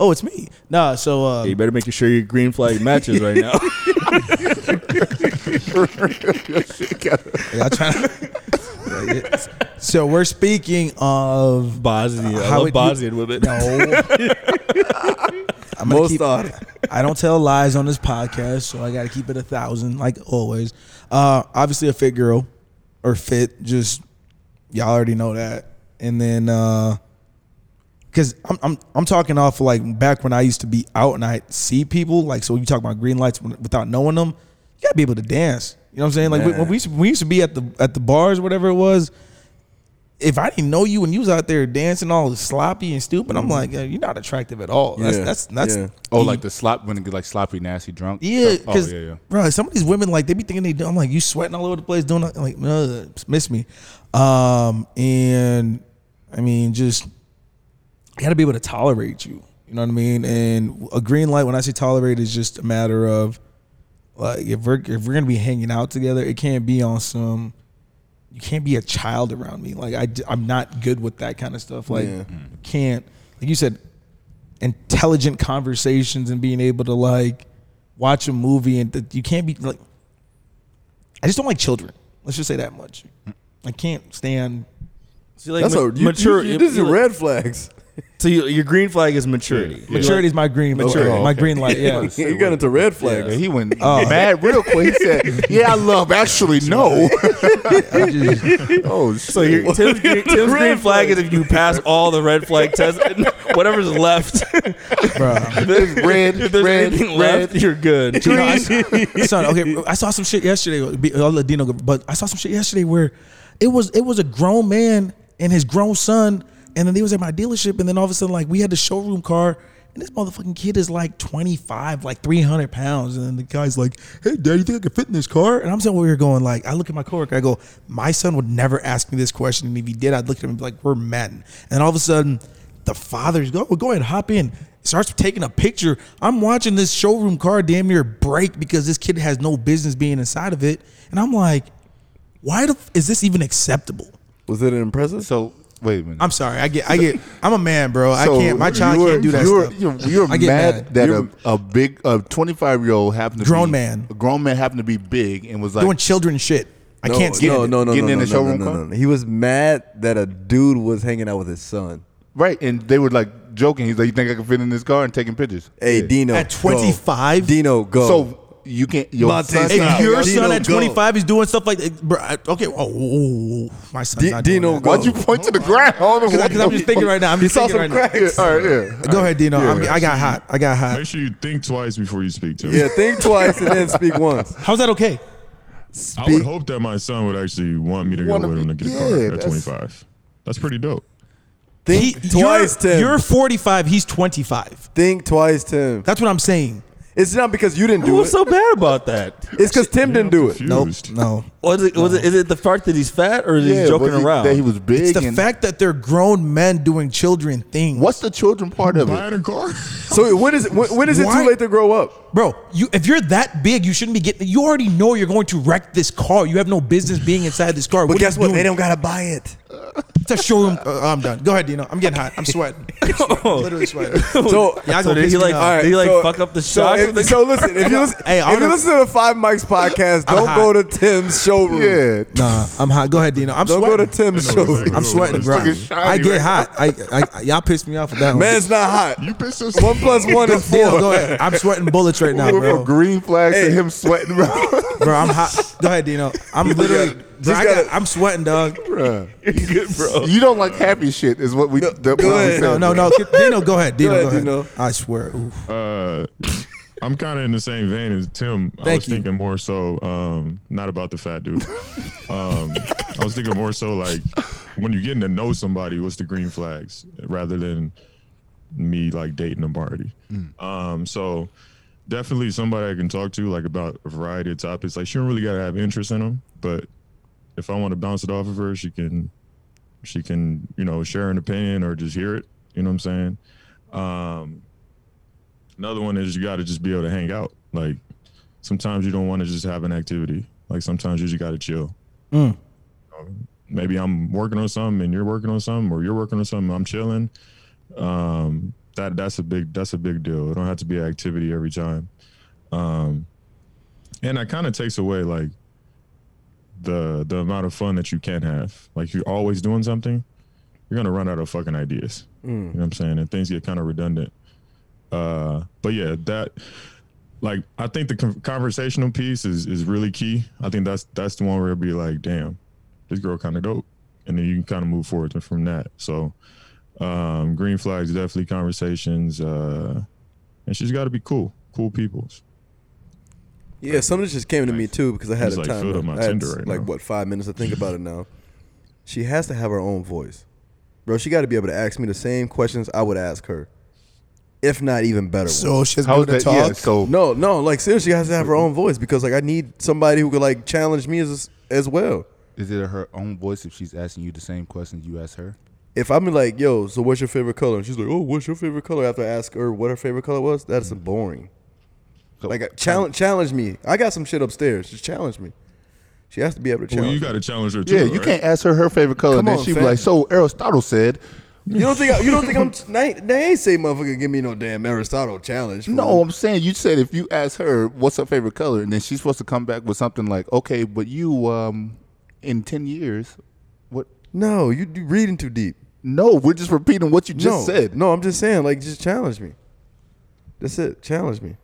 D: oh, it's me. Nah, so uh,
H: Hey, you better make sure your green flag matches right now.
D: y'all trying to- so we're speaking of
H: Bosnian. I
D: How
H: love
D: it-
H: Bosnian women.
D: no. I'm gonna
G: Most
D: keep,
G: thought.
D: I don't tell lies on this podcast, so I got to keep it a thousand, like always. Uh, obviously, a fit girl or fit, just y'all already know that. And then, uh, because I'm, I'm I'm talking off like back when I used to be out and I see people like so. You talk about green lights when- without knowing them, you gotta be able to dance. You know what I'm saying? Like when- when we used to, we used to be at the at the bars, whatever it was. If I didn't know you and you was out there dancing all sloppy and stupid, I'm like, "Yeah, you're not attractive at all. That's
G: Mm-hmm. Yeah,
D: that's that's
G: yeah.
F: Oh, like the slop when it get like sloppy, nasty, drunk.
D: yeah,
F: stuff? Oh,
D: because
F: yeah, yeah.
D: bro, some of these women like they be thinking they. do- I'm like, you sweating all over the place doing. that?" I'm like, no, miss me. Um, and I mean, just got to be able to tolerate you. You know what I mean? And a green light when I say tolerate is just a matter of like if we're if we're gonna be hanging out together, it can't be on some. You can't be a child around me. Like I, d- I'm not good with that kind of stuff. Like
G: Yeah.
D: can't. Like you said, intelligent conversations and being able to like watch a movie and that you can't be like I just don't like children. Let's just say that much. I can't stand
H: See, like,
G: That's
H: ma-
G: a you, mature.
H: mature.
G: You, you, this is
H: you- like-
G: red flags.
H: So you, your green flag is maturity.
F: Yeah.
D: maturity is my green
F: Maturity.
D: my green light. Yeah.
G: you got into red flags.
F: Yeah, he went mad real quick. He said, "Yeah, I love. Actually, no.
D: I just-
F: oh, shit.
H: So your Tim's, green, Tim's green
G: Red
H: flag is if you pass all the red flag tests, and whatever's left.
D: bruh.
F: There's red,
H: If there's
F: red,
H: anything
F: red.
H: left, you're good.
D: You know, I s- son, okay, I saw some shit yesterday. be- I'll let Dino go, but I saw some shit yesterday where it was it was a grown man and his grown son, and then they was at my dealership, and then all of a sudden, like we had the showroom car, and this motherfucking kid is like twenty five, like three hundred pounds, and then the guy's like, "Hey, dad, you think I could fit in this car?" And I'm saying, "Where you're going?" Like, I look at my coworker, I go, "My son would never ask me this question, and if he did, I'd look at him and be like, we're men." And all of a sudden, the father's go, go ahead, hop in. Starts taking a picture. I'm watching this showroom car damn near break because this kid has no business being inside of it. And I'm like, why the f- is this even acceptable?
G: Was it impressive?
F: So wait a minute.
D: I'm sorry. I get, I get, I'm a man, bro. I
F: So
D: can't, my child
F: you're-
D: can't do that
F: you're,
D: stuff.
F: You're, you're
D: I get
F: mad,
D: mad.
F: that
G: You're-
F: a, a big, a 25 year old happened to
D: Grown
F: be-
D: man.
F: a grown man happened to be big and was like,
D: Doing children shit. I can't
G: no,
D: stand
G: no,
D: it.
G: no, no,
F: Getting
G: no,
F: in
G: no,
F: the
G: no, no,
F: showroom
G: no,
F: car?
G: no, no. He was mad that a dude was hanging out with his son.
F: right, and they were like joking. He's like, you think I can fit in this car and taking pictures?
G: Hey,
F: Yeah.
G: Dino.
D: At
G: go.
D: 25?
G: Dino, go.
F: So you can't. Your
G: Monte
F: son's
G: Hey,
F: not-
D: If
G: Stop.
D: your
G: Dino,
D: son at
G: go.
D: 25 is doing stuff like that, bro, I, okay, oh, oh, oh, my son's
G: Di-
D: not doing
G: Dino,
D: that.
G: go.
F: Why'd you point to the ground? Hold on,
D: Because
F: what-
D: I'm just thinking right now. I'm
G: He
D: just
G: saw
D: thinking
G: some
D: right now.
G: cracks.
F: Yeah, all right, yeah.
D: Go ahead, Dino.
F: Yeah.
D: I, mean, I got hot. I got hot.
E: Make sure you think twice before you speak to him.
G: Yeah, think twice and then speak once.
D: How's that okay?
E: I would hope that my son would actually want me to go
F: Wanna
E: with him to
F: be-
E: get
F: yeah,
E: a car at
F: that's-
E: 25. That's pretty dope.
G: Think
D: He-
G: twice,
D: you're,
G: Tim.
D: You're 45. He's 25.
G: think twice, Tim.
D: That's what I'm saying.
G: It's not because you didn't do it.
H: What's so bad about that?
G: It's because Tim didn't do it.
D: Nope.
E: Confused.
D: No.
H: Was it, was it, is it the fact that he's fat or is
F: Yeah,
H: he joking
F: was he-
H: around?
F: That he was big.
D: It's the
F: and-
D: fact that they're grown men doing children things.
F: What's the children part of it?
E: Buying a car?
G: So when is it? When, when is it
D: Why-
G: too late to grow up?
D: Bro, you if you're that big, you shouldn't be getting you already know you're going to wreck this car. You have no business being inside this car.
G: But
D: are
G: guess
D: you
G: what?
D: doing?
G: They don't gotta buy it.
D: it's a showroom. Uh, I'm done. Go ahead, Dino. I'm getting hot. I'm sweating. I'm sweating. Literally sweating.
G: So
D: Y'all
H: So
D: gonna
H: did
D: piss
H: he
D: me
H: like-
D: off.
H: All right. Did he, like, fuck up the
G: Oh, so,
H: shots
G: if-
H: with the-
G: so listen, if you listen,
D: Hey, I'm
G: if you
D: gonna-
G: listen to the Five Mics podcast,
D: I'm
G: don't
D: hot.
G: go to Tim's showroom.
F: Yeah.
D: Nah, I'm hot. Go ahead, Dino. I'm
G: Don't
D: sweating.
G: go to Tim's
E: I know
G: showroom.
E: exactly.
D: I'm sweating,
E: This
D: bro.
F: nigga's shiny
D: I get
F: right
D: hot. I, I, I y'all pissed me off with that one.
G: Man's not hot.
E: You pissed us
G: One plus one is
D: Dino,
G: four.
D: go ahead. I'm sweating bullets right now,
F: We went
D: bro.
F: from green flags
G: Hey.
F: to him sweating, bro.
D: Bro, I'm hot. Go ahead, Dino. I'm literally. Bro,
G: just
D: I got,
G: gotta-
D: I'm sweating, dog.
F: Bruh.
H: good, bro.
F: You don't like happy shit, is what we. the,
G: go
F: what we
G: ahead.
F: said,
D: No, no, no. Get- Dino, go ahead. Dino, go
G: ahead,
D: ahead.
G: Dino.
D: I swear. Oof.
E: uh, I'm kind of in the same vein as Tim. I
D: Thank
E: was
D: you.
E: thinking more so, um, not about the fat dude. Um, I was thinking more so like when you're getting to know somebody, what's the green flags rather than me like dating them already.
D: Hmm.
E: Um, so definitely somebody I can talk to like about a variety of topics. Like she don't really gotta have interest in them, but if I want to bounce it off of her, she can, she can you know share an opinion or just hear it. You know what I'm saying? Um, Another one is you got to just be able to hang out. Like sometimes you don't want to just have an activity. Like sometimes you just got to chill. Um, maybe I'm working on something and you're working on something, or you're working on something. I'm chilling. Um, that that's a big that's a big deal. It don't have to be an activity every time. Um, and that kind of takes away like the the amount of fun that you can have. Like you're always doing something, you're gonna run out of fucking ideas. You know what I'm saying? And things get kind of redundant. Uh, but yeah, that like I think the con- conversational piece is is really key. I think that's that's the one where it'll be like, damn, this girl kind of dope, and then you can kind of move forward from that. So, um, green flags definitely conversations, uh, and she's got to be cool, cool peoples.
G: Yeah, some of this just came to me too because I had
E: He's,
G: a
E: like,
G: time.
E: filled up my
G: I had,
E: Tinder right
G: like
E: now.
G: what five minutes to think about it now. She has to have her own voice, bro. She got to be able to ask me the same questions I would ask her, if not even better. ones.
D: So she's going
F: How's
D: to
F: that?
D: talk.
F: Yeah, so
G: No, no, like seriously, she has to have her own voice because like I need somebody who could like challenge me as as well.
F: is it her own voice if she's asking you the same questions you ask her?
G: If I'm like, yo, so what's your favorite color? And she's like, oh, what's your favorite color? After I ask her what her favorite color was, that's
E: Mm.
G: boring. Like uh, challenge, challenge me. I got some shit upstairs. Just challenge me. She has to be able to challenge.
E: Well,
G: me.
E: you got to challenge her too.
F: Yeah, you
E: right?
F: can't ask her her favorite color,
G: Come
F: and then
G: on,
F: she be
G: fam.
F: like, "So Aristotle said."
G: You don't think I, you don't think I'm they, they ain't say motherfucker give me no damn Aristotle challenge. fool.
D: Mm-hmm.
F: No, I'm saying you said if you ask her what's her favorite color, and then she's supposed to come back with something like, "Okay, but you, um, in ten years, what?"
G: no, you you reading too deep.
F: No, we're just repeating what you just
G: no,
F: said.
G: no, I'm just saying like just challenge me. That's it, challenge me.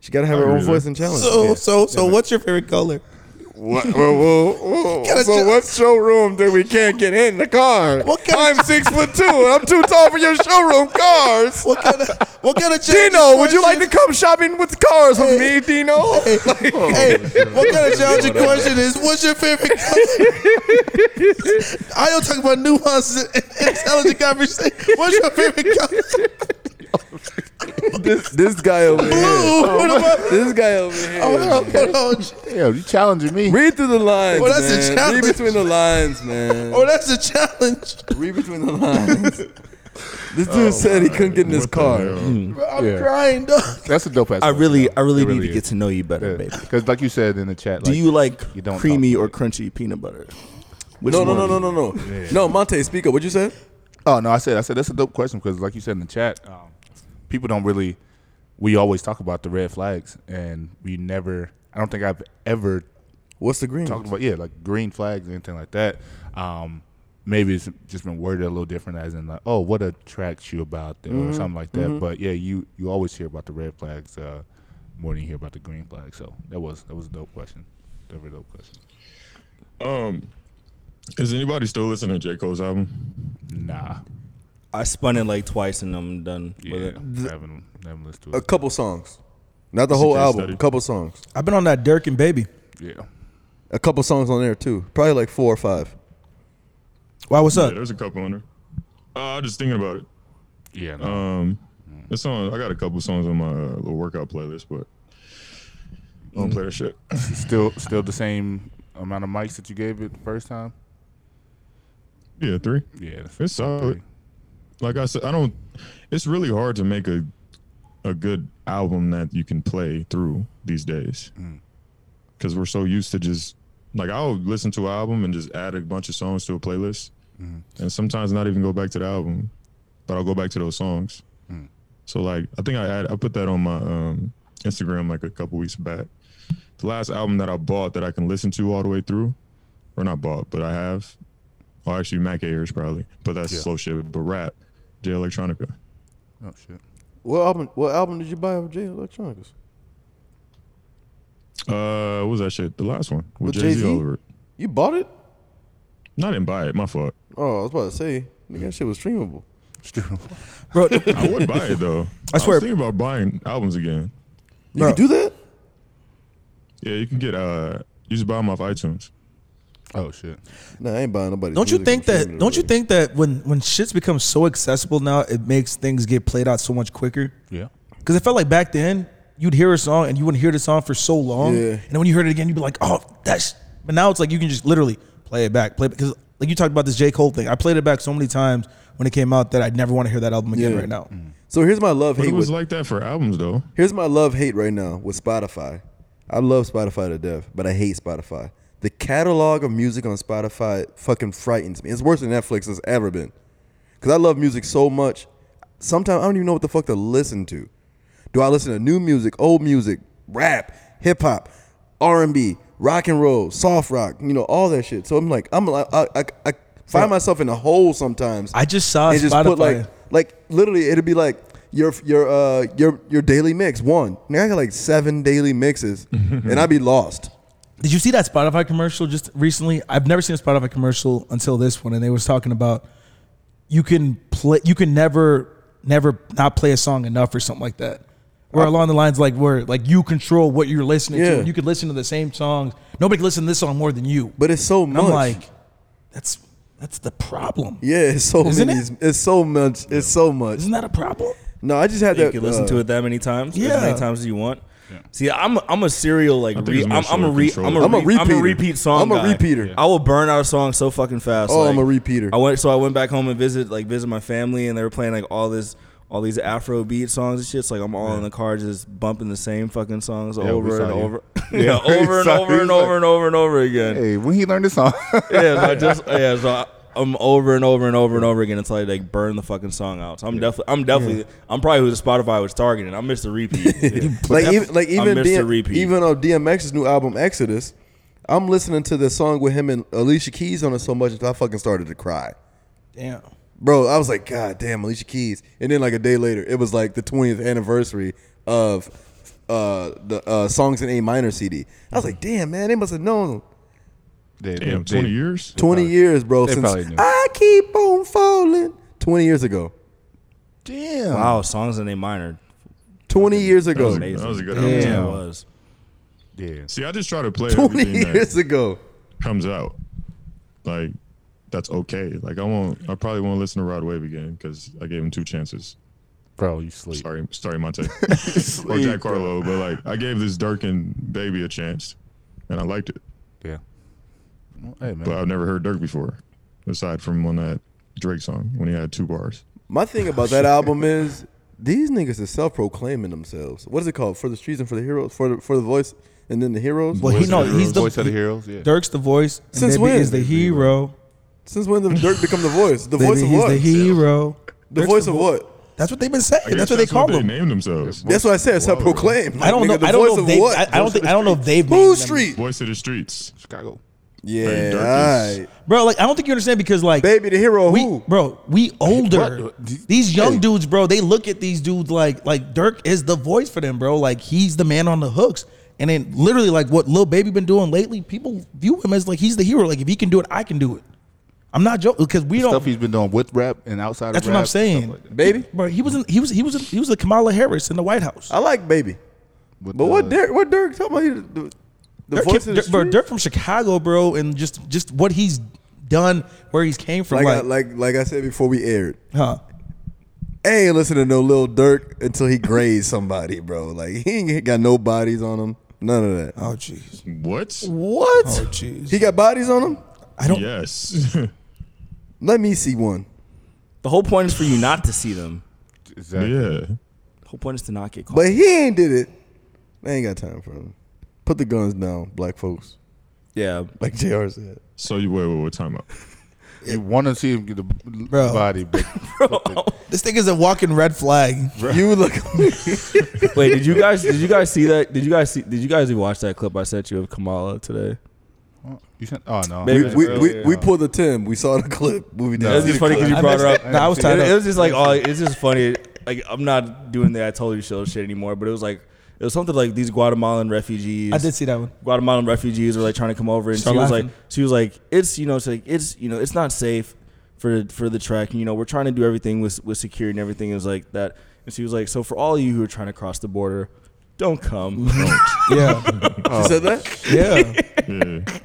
G: She gotta have
E: I
G: her
E: agree
G: own
E: with
G: voice
E: that.
G: and challenge.
D: So,
G: me.
D: so, so, what's your favorite color?
G: What, whoa, whoa, whoa.
D: Kinda
G: So
D: ch-
G: what showroom that we can't get in the car?
D: What kind
G: I'm six foot two. And I'm too tall for your showroom cars.
D: What kind of, what kind of challenge?
G: Dino, would you like to come shopping with cars with me, Dino?
F: Oh,
D: Hey, what kind of challenging question is what's your favorite color? I don't talk about nuances and intelligent conversation. What's your favorite color?
G: this, this guy over here.
D: Ooh, what about
G: This guy over here.
D: hold on.
F: Damn, you challenging me?
G: Read through the lines.
D: Well, that's a
G: man.
D: challenge.
G: Read between the lines, man.
D: Oh, that's a challenge.
G: Read between the lines. This dude said he couldn't get in his
E: What the
G: car.
E: hell?
D: I'm
F: Yeah.
D: crying, dog.
F: That's a dope ass.
H: I really, I really, need to
F: is.
H: get to know you better, baby.
F: Because, like you said in the chat,
H: Do you like
F: you don't
H: creamy
F: talk.
H: or crunchy peanut butter? Which
G: No, no,
H: one?
G: no, no, no, no. No, Monte, speak up. What you said?
F: Oh no, I said, I said that's a dope question because, like you said in the chat, um, people don't really. We always talk about the red flags, and we never. I don't think I've ever
G: What's the green?
F: talked about yeah, like green flags or anything like that. Um, maybe it's just been worded a little different, as in like, oh, what attracts you about them
G: Mm-hmm.
F: or something like that. But yeah, you you always hear about the red flags uh, more than you hear about the green flags. So that was that was a dope question. That was a dope question.
E: Um, is anybody still listening to J Cole's album?
F: Nah,
H: I spun it like twice and I'm done with
F: yeah,
H: it.
F: I haven't I haven't listened
G: A
F: to it.
G: couple songs. Not the whole
E: case
G: album.
E: study.
G: A couple songs.
D: I've been on that Dirk and Baby.
F: yeah.
G: A couple songs on there too. Probably like four or five.
D: Why? What's
E: Yeah,
D: up?
E: there's a couple on there. Uh, I'm just thinking about it.
F: Yeah,
G: Uh,
F: no.
E: Um, it's on. I got a couple songs on my uh, little workout playlist, but I don't play that shit.
F: still still the same amount of mics that you gave it the first time.
E: yeah, three.
F: Yeah,
E: It's solid. Like I said, I don't. It's really hard to make a a good album that you can play through these days because we're so used to just like I'll listen to an album and just add a bunch of songs to a playlist, and sometimes not even go back to the album, but I'll go back to those songs. So like I think I add, I put that on my um, Instagram like a couple weeks back. The last album that I bought that I can listen to all the way through, or not bought, but I have well, actually, Mac Ayers probably, but that's slow shit. But rap, J Electronica.
F: Oh shit.
G: What album what album did you buy of Jay Electronicus?
E: Uh, what was that shit? The last one with,
G: With
E: Jay Z
G: Jay-Z?
E: Oliver.
G: You bought it?
E: No, I didn't buy it. My fault.
G: Oh, I was about to say, nigga, that shit was streamable.
D: Bro,
E: I would buy it though. I,
D: swear-
E: was thinking about buying albums again.
G: You
D: Bro.
G: can do that?
E: Yeah, you can get uh, you just buy them off iTunes.
F: Oh shit.
G: Nah, I ain't buying nobody.
D: don't you think that don't you think that when when shit's become so accessible now, it makes things get played out so much quicker?
F: Yeah.
D: Because it felt like back then you'd hear a song and you wouldn't hear the song for so long,
G: Yeah.
D: and then when you heard it again, you'd be like, "Oh, that's." But now it's like you can just literally play it back, play it because like you talked about this J Cole thing. I played it back so many times when it came out that I'd never want to hear that album again
G: Yeah.
D: right now.
G: So here's my love
E: But
G: hate.
E: it was
G: with-
E: like that for albums though.
G: Here's my love hate right now with Spotify. I love Spotify to death, but I hate Spotify. The catalog of music on Spotify fucking frightens me. It's worse than Netflix has ever been. Because I love music so much, sometimes I don't even know what the fuck to listen to. Do I listen to new music, old music, rap, hip hop, R and B, rock and roll, soft rock, you know, all that shit? So I'm like, I'm like, I, I, I find myself in a hole sometimes
D: I just saw
G: and just
D: Spotify.
G: put like like literally it'd be like your your uh your your daily mix one. Now I got like seven daily mixes, and I'd be lost.
D: Did you see that Spotify commercial just recently? I've never seen a Spotify commercial until this one, and they was talking about you can play, you can never, never not play a song enough or something like that. Or along the lines like where like you control what you're listening
G: Uh, Yeah.
D: to. and You could listen to the same songs. Nobody can listen to this song more than you.
G: But it's so
D: And
G: much.
D: I'm like, that's that's the problem.
G: yeah, it's so
D: Isn't
G: many.
D: it?
G: It's so much. It's so much.
D: Isn't that a problem?
G: No, I just had
H: you
G: that.
H: can listen
G: uh,
H: to it that many times,
D: Yeah.
H: as many times as you want. See, I'm a, I'm a serial like
E: think
H: re,
E: it's more
H: I'm, I'm a
E: sort of
H: re,
E: control.
H: I'm a,
G: I'm a
H: re, I'm a
G: repeater.
H: repeat song.
G: I'm a
H: guy.
G: repeater. Yeah.
H: I will burn out a song so fucking fast.
G: Oh,
H: like,
G: I'm a repeater.
H: I went so I went back home and visit like visit my family, and they were playing like all this all these Afro beat songs and shit. So like I'm all in the car just bumping the same fucking songs
F: we
H: over
F: saw
H: and
F: you.
H: over, yeah,
F: Yeah, we
H: over and
F: saw you.
H: over and over and over and over again
F: Hey, when he learned this song,
H: yeah, so I just yeah, so I, I'm over and over and over and over again until I like burn the fucking song out. So I'm definitely, I'm definitely, I'm probably who the Spotify was targeting. I missed the repeat.
G: like even like even
H: Mr.
G: DM,
H: Repeat.
G: even on DMX's new album Exodus, I'm listening to the song with him and Alicia Keys on it so much until I fucking started to cry.
D: Damn.
G: Bro, I was like, God damn, Alicia Keys. And then like a day later, it was like the 20th anniversary of uh the uh songs in A minor CD. I was like, damn man, they must have known
F: They- they-
E: Damn,
F: they-
E: twenty years.
G: 20 years, bro,
F: they
G: since
F: probably knew.
G: I keep on falling. 20 years ago.
F: Damn.
H: wow, songs in A minor.
G: 20 years
E: That was,
G: ago.
E: a, that was a good
D: Damn.
E: album.
H: Yeah, it was.
F: Yeah.
E: See, I just try to play
G: 20
E: everything that
G: years ago.
E: comes out. Like that's okay. Like I won't. I probably won't listen to Rod Wave again because I gave him two chances.
F: Bro, you sleep.
E: Sorry, sorry, Monte or Jack Carlo. But like I gave this Durkin baby a chance, and I liked it.
F: Yeah. Well, Hey, man.
E: But I've never heard Dirk before, aside from on that Drake song when he had two bars.
G: My thing about that album is these niggas are self-proclaiming themselves. What is it called? For the streets and for the heroes, for the, for the voice and then the heroes.
D: Well, he
F: Voice
D: no,
F: of the
D: he's
F: heroes.
D: the
F: voice of the heroes. Yeah.
D: Dirk's the voice. and
G: Since
D: Baby
G: when?
D: is the hero?
G: Since when did Dirk become the voice? The
D: Baby,
G: voice of
D: he's
G: what?
D: the hero.
G: The
D: Dirk's
G: voice of
D: vo-
G: what?
D: That's what they've been saying.
E: I guess
D: That's what they call
E: they
D: him.
E: named themselves.
G: That's what I said. Self-proclaimed.
D: I don't
G: Like,
D: know.
G: nigga, the
D: I don't
G: voice
D: know. If
G: of
D: they,
G: what?
D: I, I don't think. I don't know if they've.
G: Who
D: named them.
G: street?
E: Voice of the streets.
F: Chicago.
G: Yeah,
E: Dirk is-
G: all right.
D: bro. Like I don't think you understand because like
G: Baby the hero
D: we,
G: who?
D: bro, we older.
F: What?
D: These young dudes, bro, they look at these dudes like like Dirk is the voice for them, bro. Like he's the man on the hooks. And then literally like what Lil Baby been doing lately, people view him as like he's the hero. Like if he can do it, I can do it. I'm not joking because we
F: Stuff
D: don't.
F: he's been doing with rap and outside
D: That's
F: of
D: what
F: rap.
D: I'm saying,
F: stuff like that.
G: Baby?
D: Bro, he was in, he was he was in, he was a Kamala Harris in the White House.
G: I like baby.
F: With,
G: But what
F: uh,
G: Dirk what Dirk talking about? He the- The, the
D: Dirk,
G: voice
D: came-
G: of the
D: Dirk- bro,
G: street?
D: Dirk from Chicago, bro, and just just what he's done, where he's came from,
G: like, I,
D: like,
G: like like I said before we aired.
D: huh?
G: I ain't listen to no little Dirk until he grazed somebody, bro. Like he ain't got no bodies on him. None of that.
D: Oh jeez,
E: What?
G: What?
D: oh jeez.
G: he got bodies on him?
D: I don't.
E: Yes.
G: Let me see one.
H: The whole point is for you not to see them.
F: Exactly.
E: yeah.
H: The whole point is to not get caught.
G: But he ain't did it. I ain't got time for him. Put the guns down, black folks.
H: yeah,
G: Like JR said.
E: So you wait, wait, wait, time out.
F: You want to see him get the b-
D: Bro.
F: body, but
D: This thing is a walking red flag.
G: You look
H: wait, did you guys did you guys see that? Did you guys see? Did you guys watch that clip I sent you of Kamala today?
F: you said, "Oh no,
G: we,
H: Baby.
G: we, we,
H: Earlier.
G: we pulled the Tim. We saw the clip. We
H: It was uh, just funny because you
D: I
H: brought
D: missed
H: her up.
D: it. No, I was tied
H: it,
D: up.
H: it was just like, oh, it's just funny. Like I'm not doing the I told you so shit anymore. But it was like it was something like these Guatemalan refugees.
D: I did see that one.
H: Guatemalan refugees were like trying to come over, and
D: Start
H: she was
D: laughing.
H: like, she was like, it's you know, it's like it's you know, it's not safe for for the trek. You know, we're trying to do everything with with security and everything is like that. And she was like, so for all you who are trying to cross the border, don't come.
D: Yeah,
G: She said that?
D: yeah.
E: Yeah.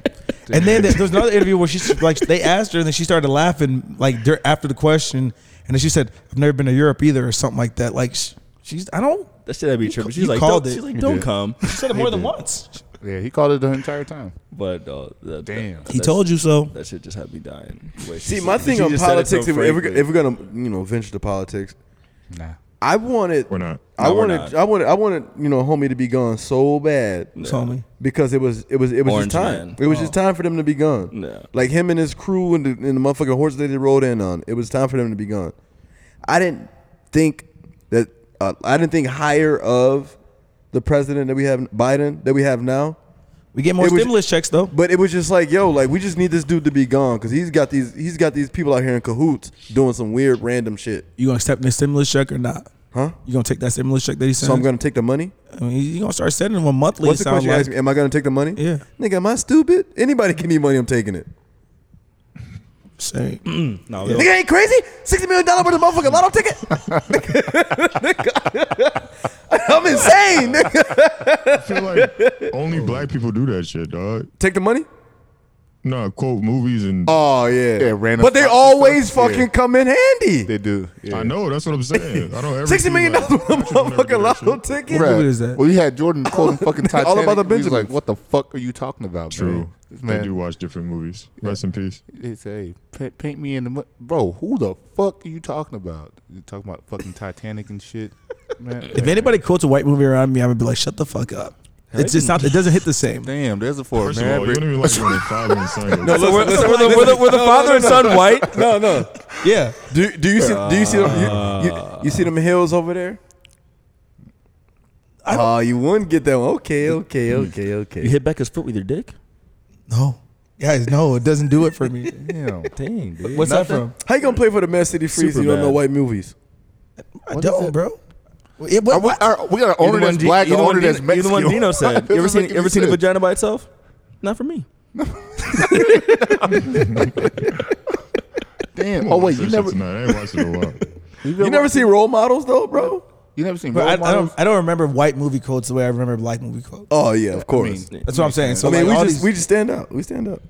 D: And then there there was another interview where she like they asked her, and then she started laughing like dur- after the question, and then she said, "I've never been to Europe either,or something like that." Like sh- she's I don't.
H: that shit that'd be
D: You
H: tripping.
D: ca-
H: She's
D: you
H: like,
D: called
H: don't,
D: it.
H: she's like, don't come.
D: She said it more than once.
F: Yeah, he called it the entire time.
H: But uh, that,
F: Damn.
H: that-
D: He
H: that's-
D: told you so.
H: that shit just had me dying. Wait,
G: See,
H: she
G: my
H: said-
G: thing
H: she
G: on
H: just said it so
G: politics, if, we're- if, we're,
H: frankly.
G: if we're gonna you know venture to politics,
F: Nah.
G: I wanted,
E: We're not.
G: I
H: No, we're
G: wanted,
H: not.
G: I wanted, I wanted you know homie to be gone so bad
D: Homie.
G: because it was it was it was
H: Orange
G: just time.
H: man.
G: It was just time for them to be gone.
H: Yeah.
G: Like him and his crew and the, and the motherfucking horse that they rode in on. It was time for them to be gone. I didn't think that uh, I didn't think higher of the president that we have Biden that we have now.
D: We get more
G: It was-
D: stimulus checks though.
G: But it was just like, yo, like we just need this dude to be gone because he's got these he's got these people out here in cahoots doing some weird random shit,
D: You gonna accept the stimulus check or not?
G: huh?
D: You gonna take that stimulus check that he sent?
G: So I'm gonna take the money.
D: I mean, you gonna start sending them monthly?
G: What's the
D: it sound
G: question you
D: like.
G: asked me? Am I gonna take the money?
D: Yeah.
G: Nigga, am I stupid? Anybody give me money, I'm taking it.
D: Say,
H: No,
G: Nigga ain't crazy. Sixty million dollar worth of motherfucking lotto ticket. Nigga. I'm insane. Nigga.
E: I feel like only black people do that shit, dog.
G: Take the money.
E: No, quote movies and
G: Oh yeah.
F: Yeah, random
G: But they
F: spots and
G: always
F: stuff. Yeah.
G: fucking come in handy.
F: They do. Yeah.
E: I know that's what I'm saying. I don't ever
G: Sixty
E: see,
G: million
E: like,
G: dollars worth of
E: black people never do
G: motherfucking
E: that
G: lotto
E: shit.
G: ticket.
F: Right.
D: movie is that?
F: Well, you had Jordan quoting fucking Titanic.
G: All about the
F: He was like,
G: Benjamins.
F: what the fuck are you talking about,
E: True.
F: Man?
E: They do watch different movies. Rest in peace.
F: It's a pa- paint me in the mu- bro. Who the fuck are you talking about? You talking about fucking Titanic and shit, man.
D: if anybody quotes a white movie around me, I'm gonna be like, shut the fuck up. It's just not. It doesn't hit the same.
F: Damn, there's a for
E: First of all, you don't
F: man.
E: even like doing the father and son.
G: No,
H: So we're,
G: Listen,
H: so we're the,
G: listen,
H: we're the,
G: listen.
H: we're the father and son white.
G: No, no.
D: Yeah.
G: Do do you see do you see them, you, you, you see them hills over there? Oh, you wouldn't get that one. Okay, okay, okay, okay.
H: hit Becca's foot with your dick?
D: No, guys, no, it doesn't do it for me.
F: Damn.
H: Dang, dude.
D: What's that from?
G: How you gonna play for the Mad City Freeze? if You don't
H: Superbad.
G: know white movies.
D: I don't, bro. It, what,
F: Are we, are, we got an
H: Either
F: owner that's
H: one D-
F: black, an
H: either one
F: owner that's
H: Dino-
F: Mexican.
H: either one Dino said.
F: Doesn't
H: You ever seen
F: make
H: you
F: any
H: ever seen a
F: sense.
H: vagina by itself? Not for me.
F: Damn. Oh wait, you
E: That
F: never
E: shit's not- I ain't watched it in a while.
G: You never seen role models though, bro?
F: you never seen.
D: But I,
F: Role
D: I
F: Models?
D: don't. I don't remember white movie quotes the way I remember black movie quotes.
G: Oh yeah, of
F: I mean,
G: course.
D: That's what I'm saying. So
G: I mean,
D: like, all
G: we just
D: these-
G: we just stand out. We stand up.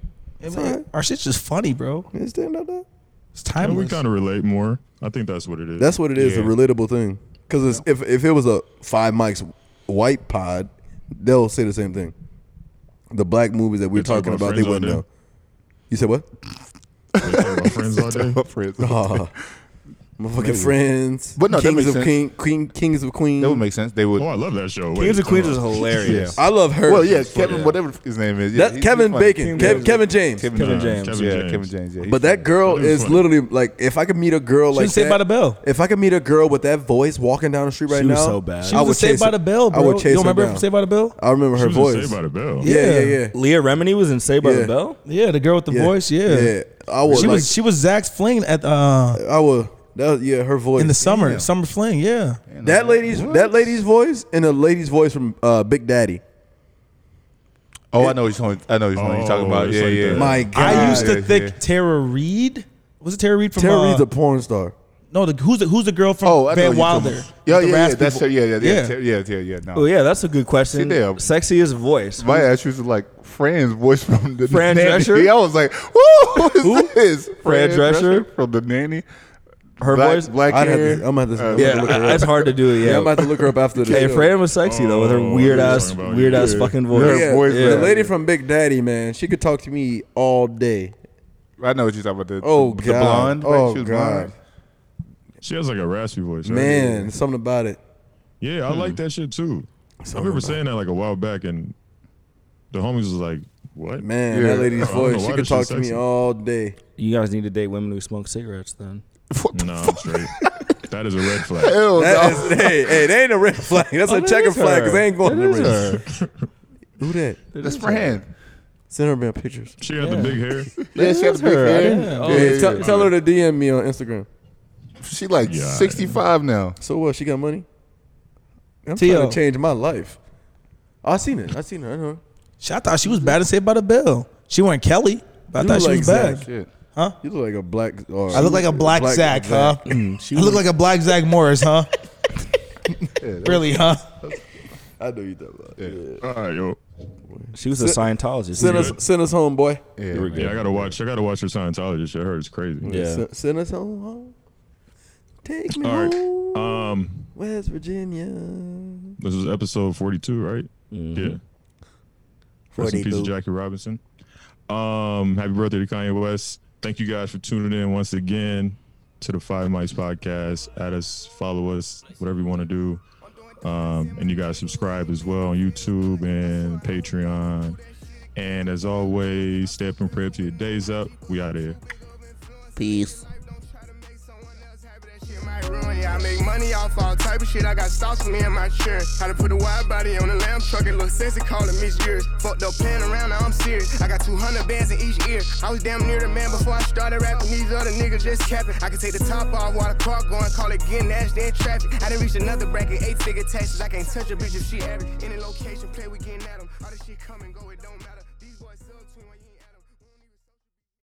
D: I mean, our shit's just funny, bro.
G: We stand out. Though.
D: It's
E: And we
D: timeless.
E: kind of relate more. I think that's what it is.
G: That's what it is. A
E: Yeah.
G: relatable thing. Because if if it was a five mics white pod, they'll say the same thing. The black movies that we're
E: They talk
G: talking
E: about
G: about, they
E: Friends all
G: wouldn't
E: day.
G: know. You said what?
E: We talk about friends all day.
F: friends.
G: Oh, my fucking friends.
F: But no, that
G: kings
F: makes
G: of
F: sense.
G: king, queen, kings of queens.
F: That would make sense. They would.
E: Oh, I love that show. Wait,
H: Kings and Queens
E: hold
H: is
E: on.
H: hilarious.
G: I love her.
F: Well, yeah, Kevin, whatever his name is. Yeah,
G: That-
F: he's- he's
G: Kevin
F: funny.
G: Bacon. Kev- Kevin James.
F: Kevin
H: Kevin
E: Nah,
H: James.
E: Kevin
F: Yeah,
E: James.
F: Kevin James. Yeah, he's
G: But that
F: funny.
G: girl
E: That is
G: is
E: funny.
G: literally like, if I could meet a girl like
D: was Saved
G: that-
D: by the Bell.
G: If I could meet a girl with that voice walking down the street right
H: was
G: now,
H: so bad.
D: she
G: I
D: was
G: would
D: a Saved
G: chase
D: by
G: her-
D: the Bell, bro.
G: I would chase
D: you don't
G: her
D: remember her
G: down.
D: from Saved by the Bell?
G: I remember her
E: She was in
G: voice.
E: Saved by the Bell.
G: Yeah, yeah,
D: Yeah.
G: yeah.
H: Leah Remini was in Saved by
G: Yeah.
H: the Bell.
D: Yeah, the girl with the
G: Yeah.
D: voice. Yeah,
G: Yeah. I would
D: she
G: like-
D: was she was Zach's fling at uh
G: I would. That was, yeah, her voice
D: in the summer summer fling. Yeah,
G: That lady's that lady's voice and a lady's voice from uh, Big Daddy.
F: Oh, I know what you're talking. I know what you're talking
E: Oh,
F: about.
E: it's
F: Yeah,
E: like
F: yeah.
E: that.
G: My God,
D: I used to
F: yeah,
D: think
F: yeah.
D: Tara Reed was it Tara Reed from
G: Tara
D: uh,
G: Reed's a porn star.
D: no the, who's the who's the girl from
F: Oh,
D: Van
F: I know what you're talking
D: Wilder?
F: about. Yeah,
D: with the
F: yeah, yeah.
D: raspy
F: That's
D: vo-
F: yeah, yeah, yeah,
D: Yeah.
F: ter- yeah, yeah, yeah. No.
H: Oh yeah, that's a good question.
F: See, damn.
H: Sexiest voice.
F: My ass was like Fran's voice from the
H: Fran
F: nanny.
H: Drescher?
F: I was like, who is this?
H: Fran Drescher?
F: from the nanny.
H: Her
F: black,
H: voice.
F: black
G: I'd have
F: hair.
G: to- I'm gonna have to-
F: Uh,
G: I'm gonna
H: yeah, I- that's hard to do. Yeah.
G: Yeah, I'm about to look her up after this.
H: Hey, Fran was sexy though with her
E: Oh,
H: weird
E: I know what
H: ass,
E: you're talking about.
H: weird ass
E: Yeah.
H: fucking voice.
G: Yeah,
F: voice,
G: the
F: man.
G: lady from Big Daddy, man, she could talk to me all day.
F: I know what you're talking about. The,
G: Oh
F: the
G: god,
F: blonde. right?
G: oh
F: She was
G: god,
F: blonde.
E: She has like a raspy voice. right?
G: man, Mm-hmm. something about it.
E: Yeah, I like that shit too. I remember saying that like a while back, and the homies was like, "What?"
G: Man,
F: Yeah.
G: that lady's
E: I don't know why
G: voice, she could
E: this
G: talk
E: shit's
G: to me
E: sexy.
G: all day.
H: You guys need to date women who smoke cigarettes then.
E: No, I'm straight. that is a red flag.
F: Hell
G: That
F: no.
G: is, hey, hey, that ain't a red flag. That's a
H: that
G: checker
H: is
G: flag
H: her.
G: because they ain't going
H: That
G: to
H: is
G: the ring. Who that?
F: That's Fran.
G: Send her man pictures.
E: She had the
H: Yeah.
E: big hair.
F: Yeah, she had the big
H: her. I
F: hair.
H: didn't-
F: Yeah,
H: oh,
F: yeah,
G: Hey,
F: yeah.
G: tell, tell her to DM me on Instagram.
F: She like
E: Yeah.
F: 65 now.
G: So what? She got money. I'm
D: T.O.
G: trying to change my life. I seen it. I seen her. I know. her.
D: She, I thought she was bad and Saved by the Bell. She wasn't Kelly, but I
G: You
D: thought she
G: like
D: was
G: Zach.
D: bad.
F: Shit.
G: You look like a black. Mm, Or
D: I look like a black, Zach, huh? I look like a black Zach Morris, huh? really, huh?
G: I know you talk about. it.
E: All right, yo.
H: She was a Scientologist.
G: Send us, send us home, boy.
F: Yeah,
H: we
F: man.
E: Yeah, I gotta watch. I gotta watch her Scientologist. shit. I heard it's crazy.
H: Yeah.
G: Sen- send us home, home. Take me
E: All right.
G: home,
E: Um,
G: West Virginia.
E: this is episode 42, right? Yeah. Rest in
I: Forty
E: peace to
I: boo.
E: Jackie Robinson. Um, happy birthday to Kanye West. Thank you guys for tuning in once again to the Five Mics podcast. Add us, follow us, whatever you want to do. Um, and you guys subscribe as well on YouTube and Patreon. And as always, stay up and pray up to your days up. We out here.
I: Peace.
H: I make money off all type of shit. I got sauce for me and my children. How to put a wide body on a lamb truck and look sexy, call it Miss Years. Fucked up playing around, now I'm serious. I got 200 bands in each ear. I was damn near the man before I started rapping. These other niggas just capping. I can take the top off while the car going, call it getting ash, then traffic. I done reached another bracket, eight figure taxes. I can't touch a bitch if she average. Any location, play, we getting at 'em. All this shit come and go, it don't matter. These boys sell to me when you ain't at 'em.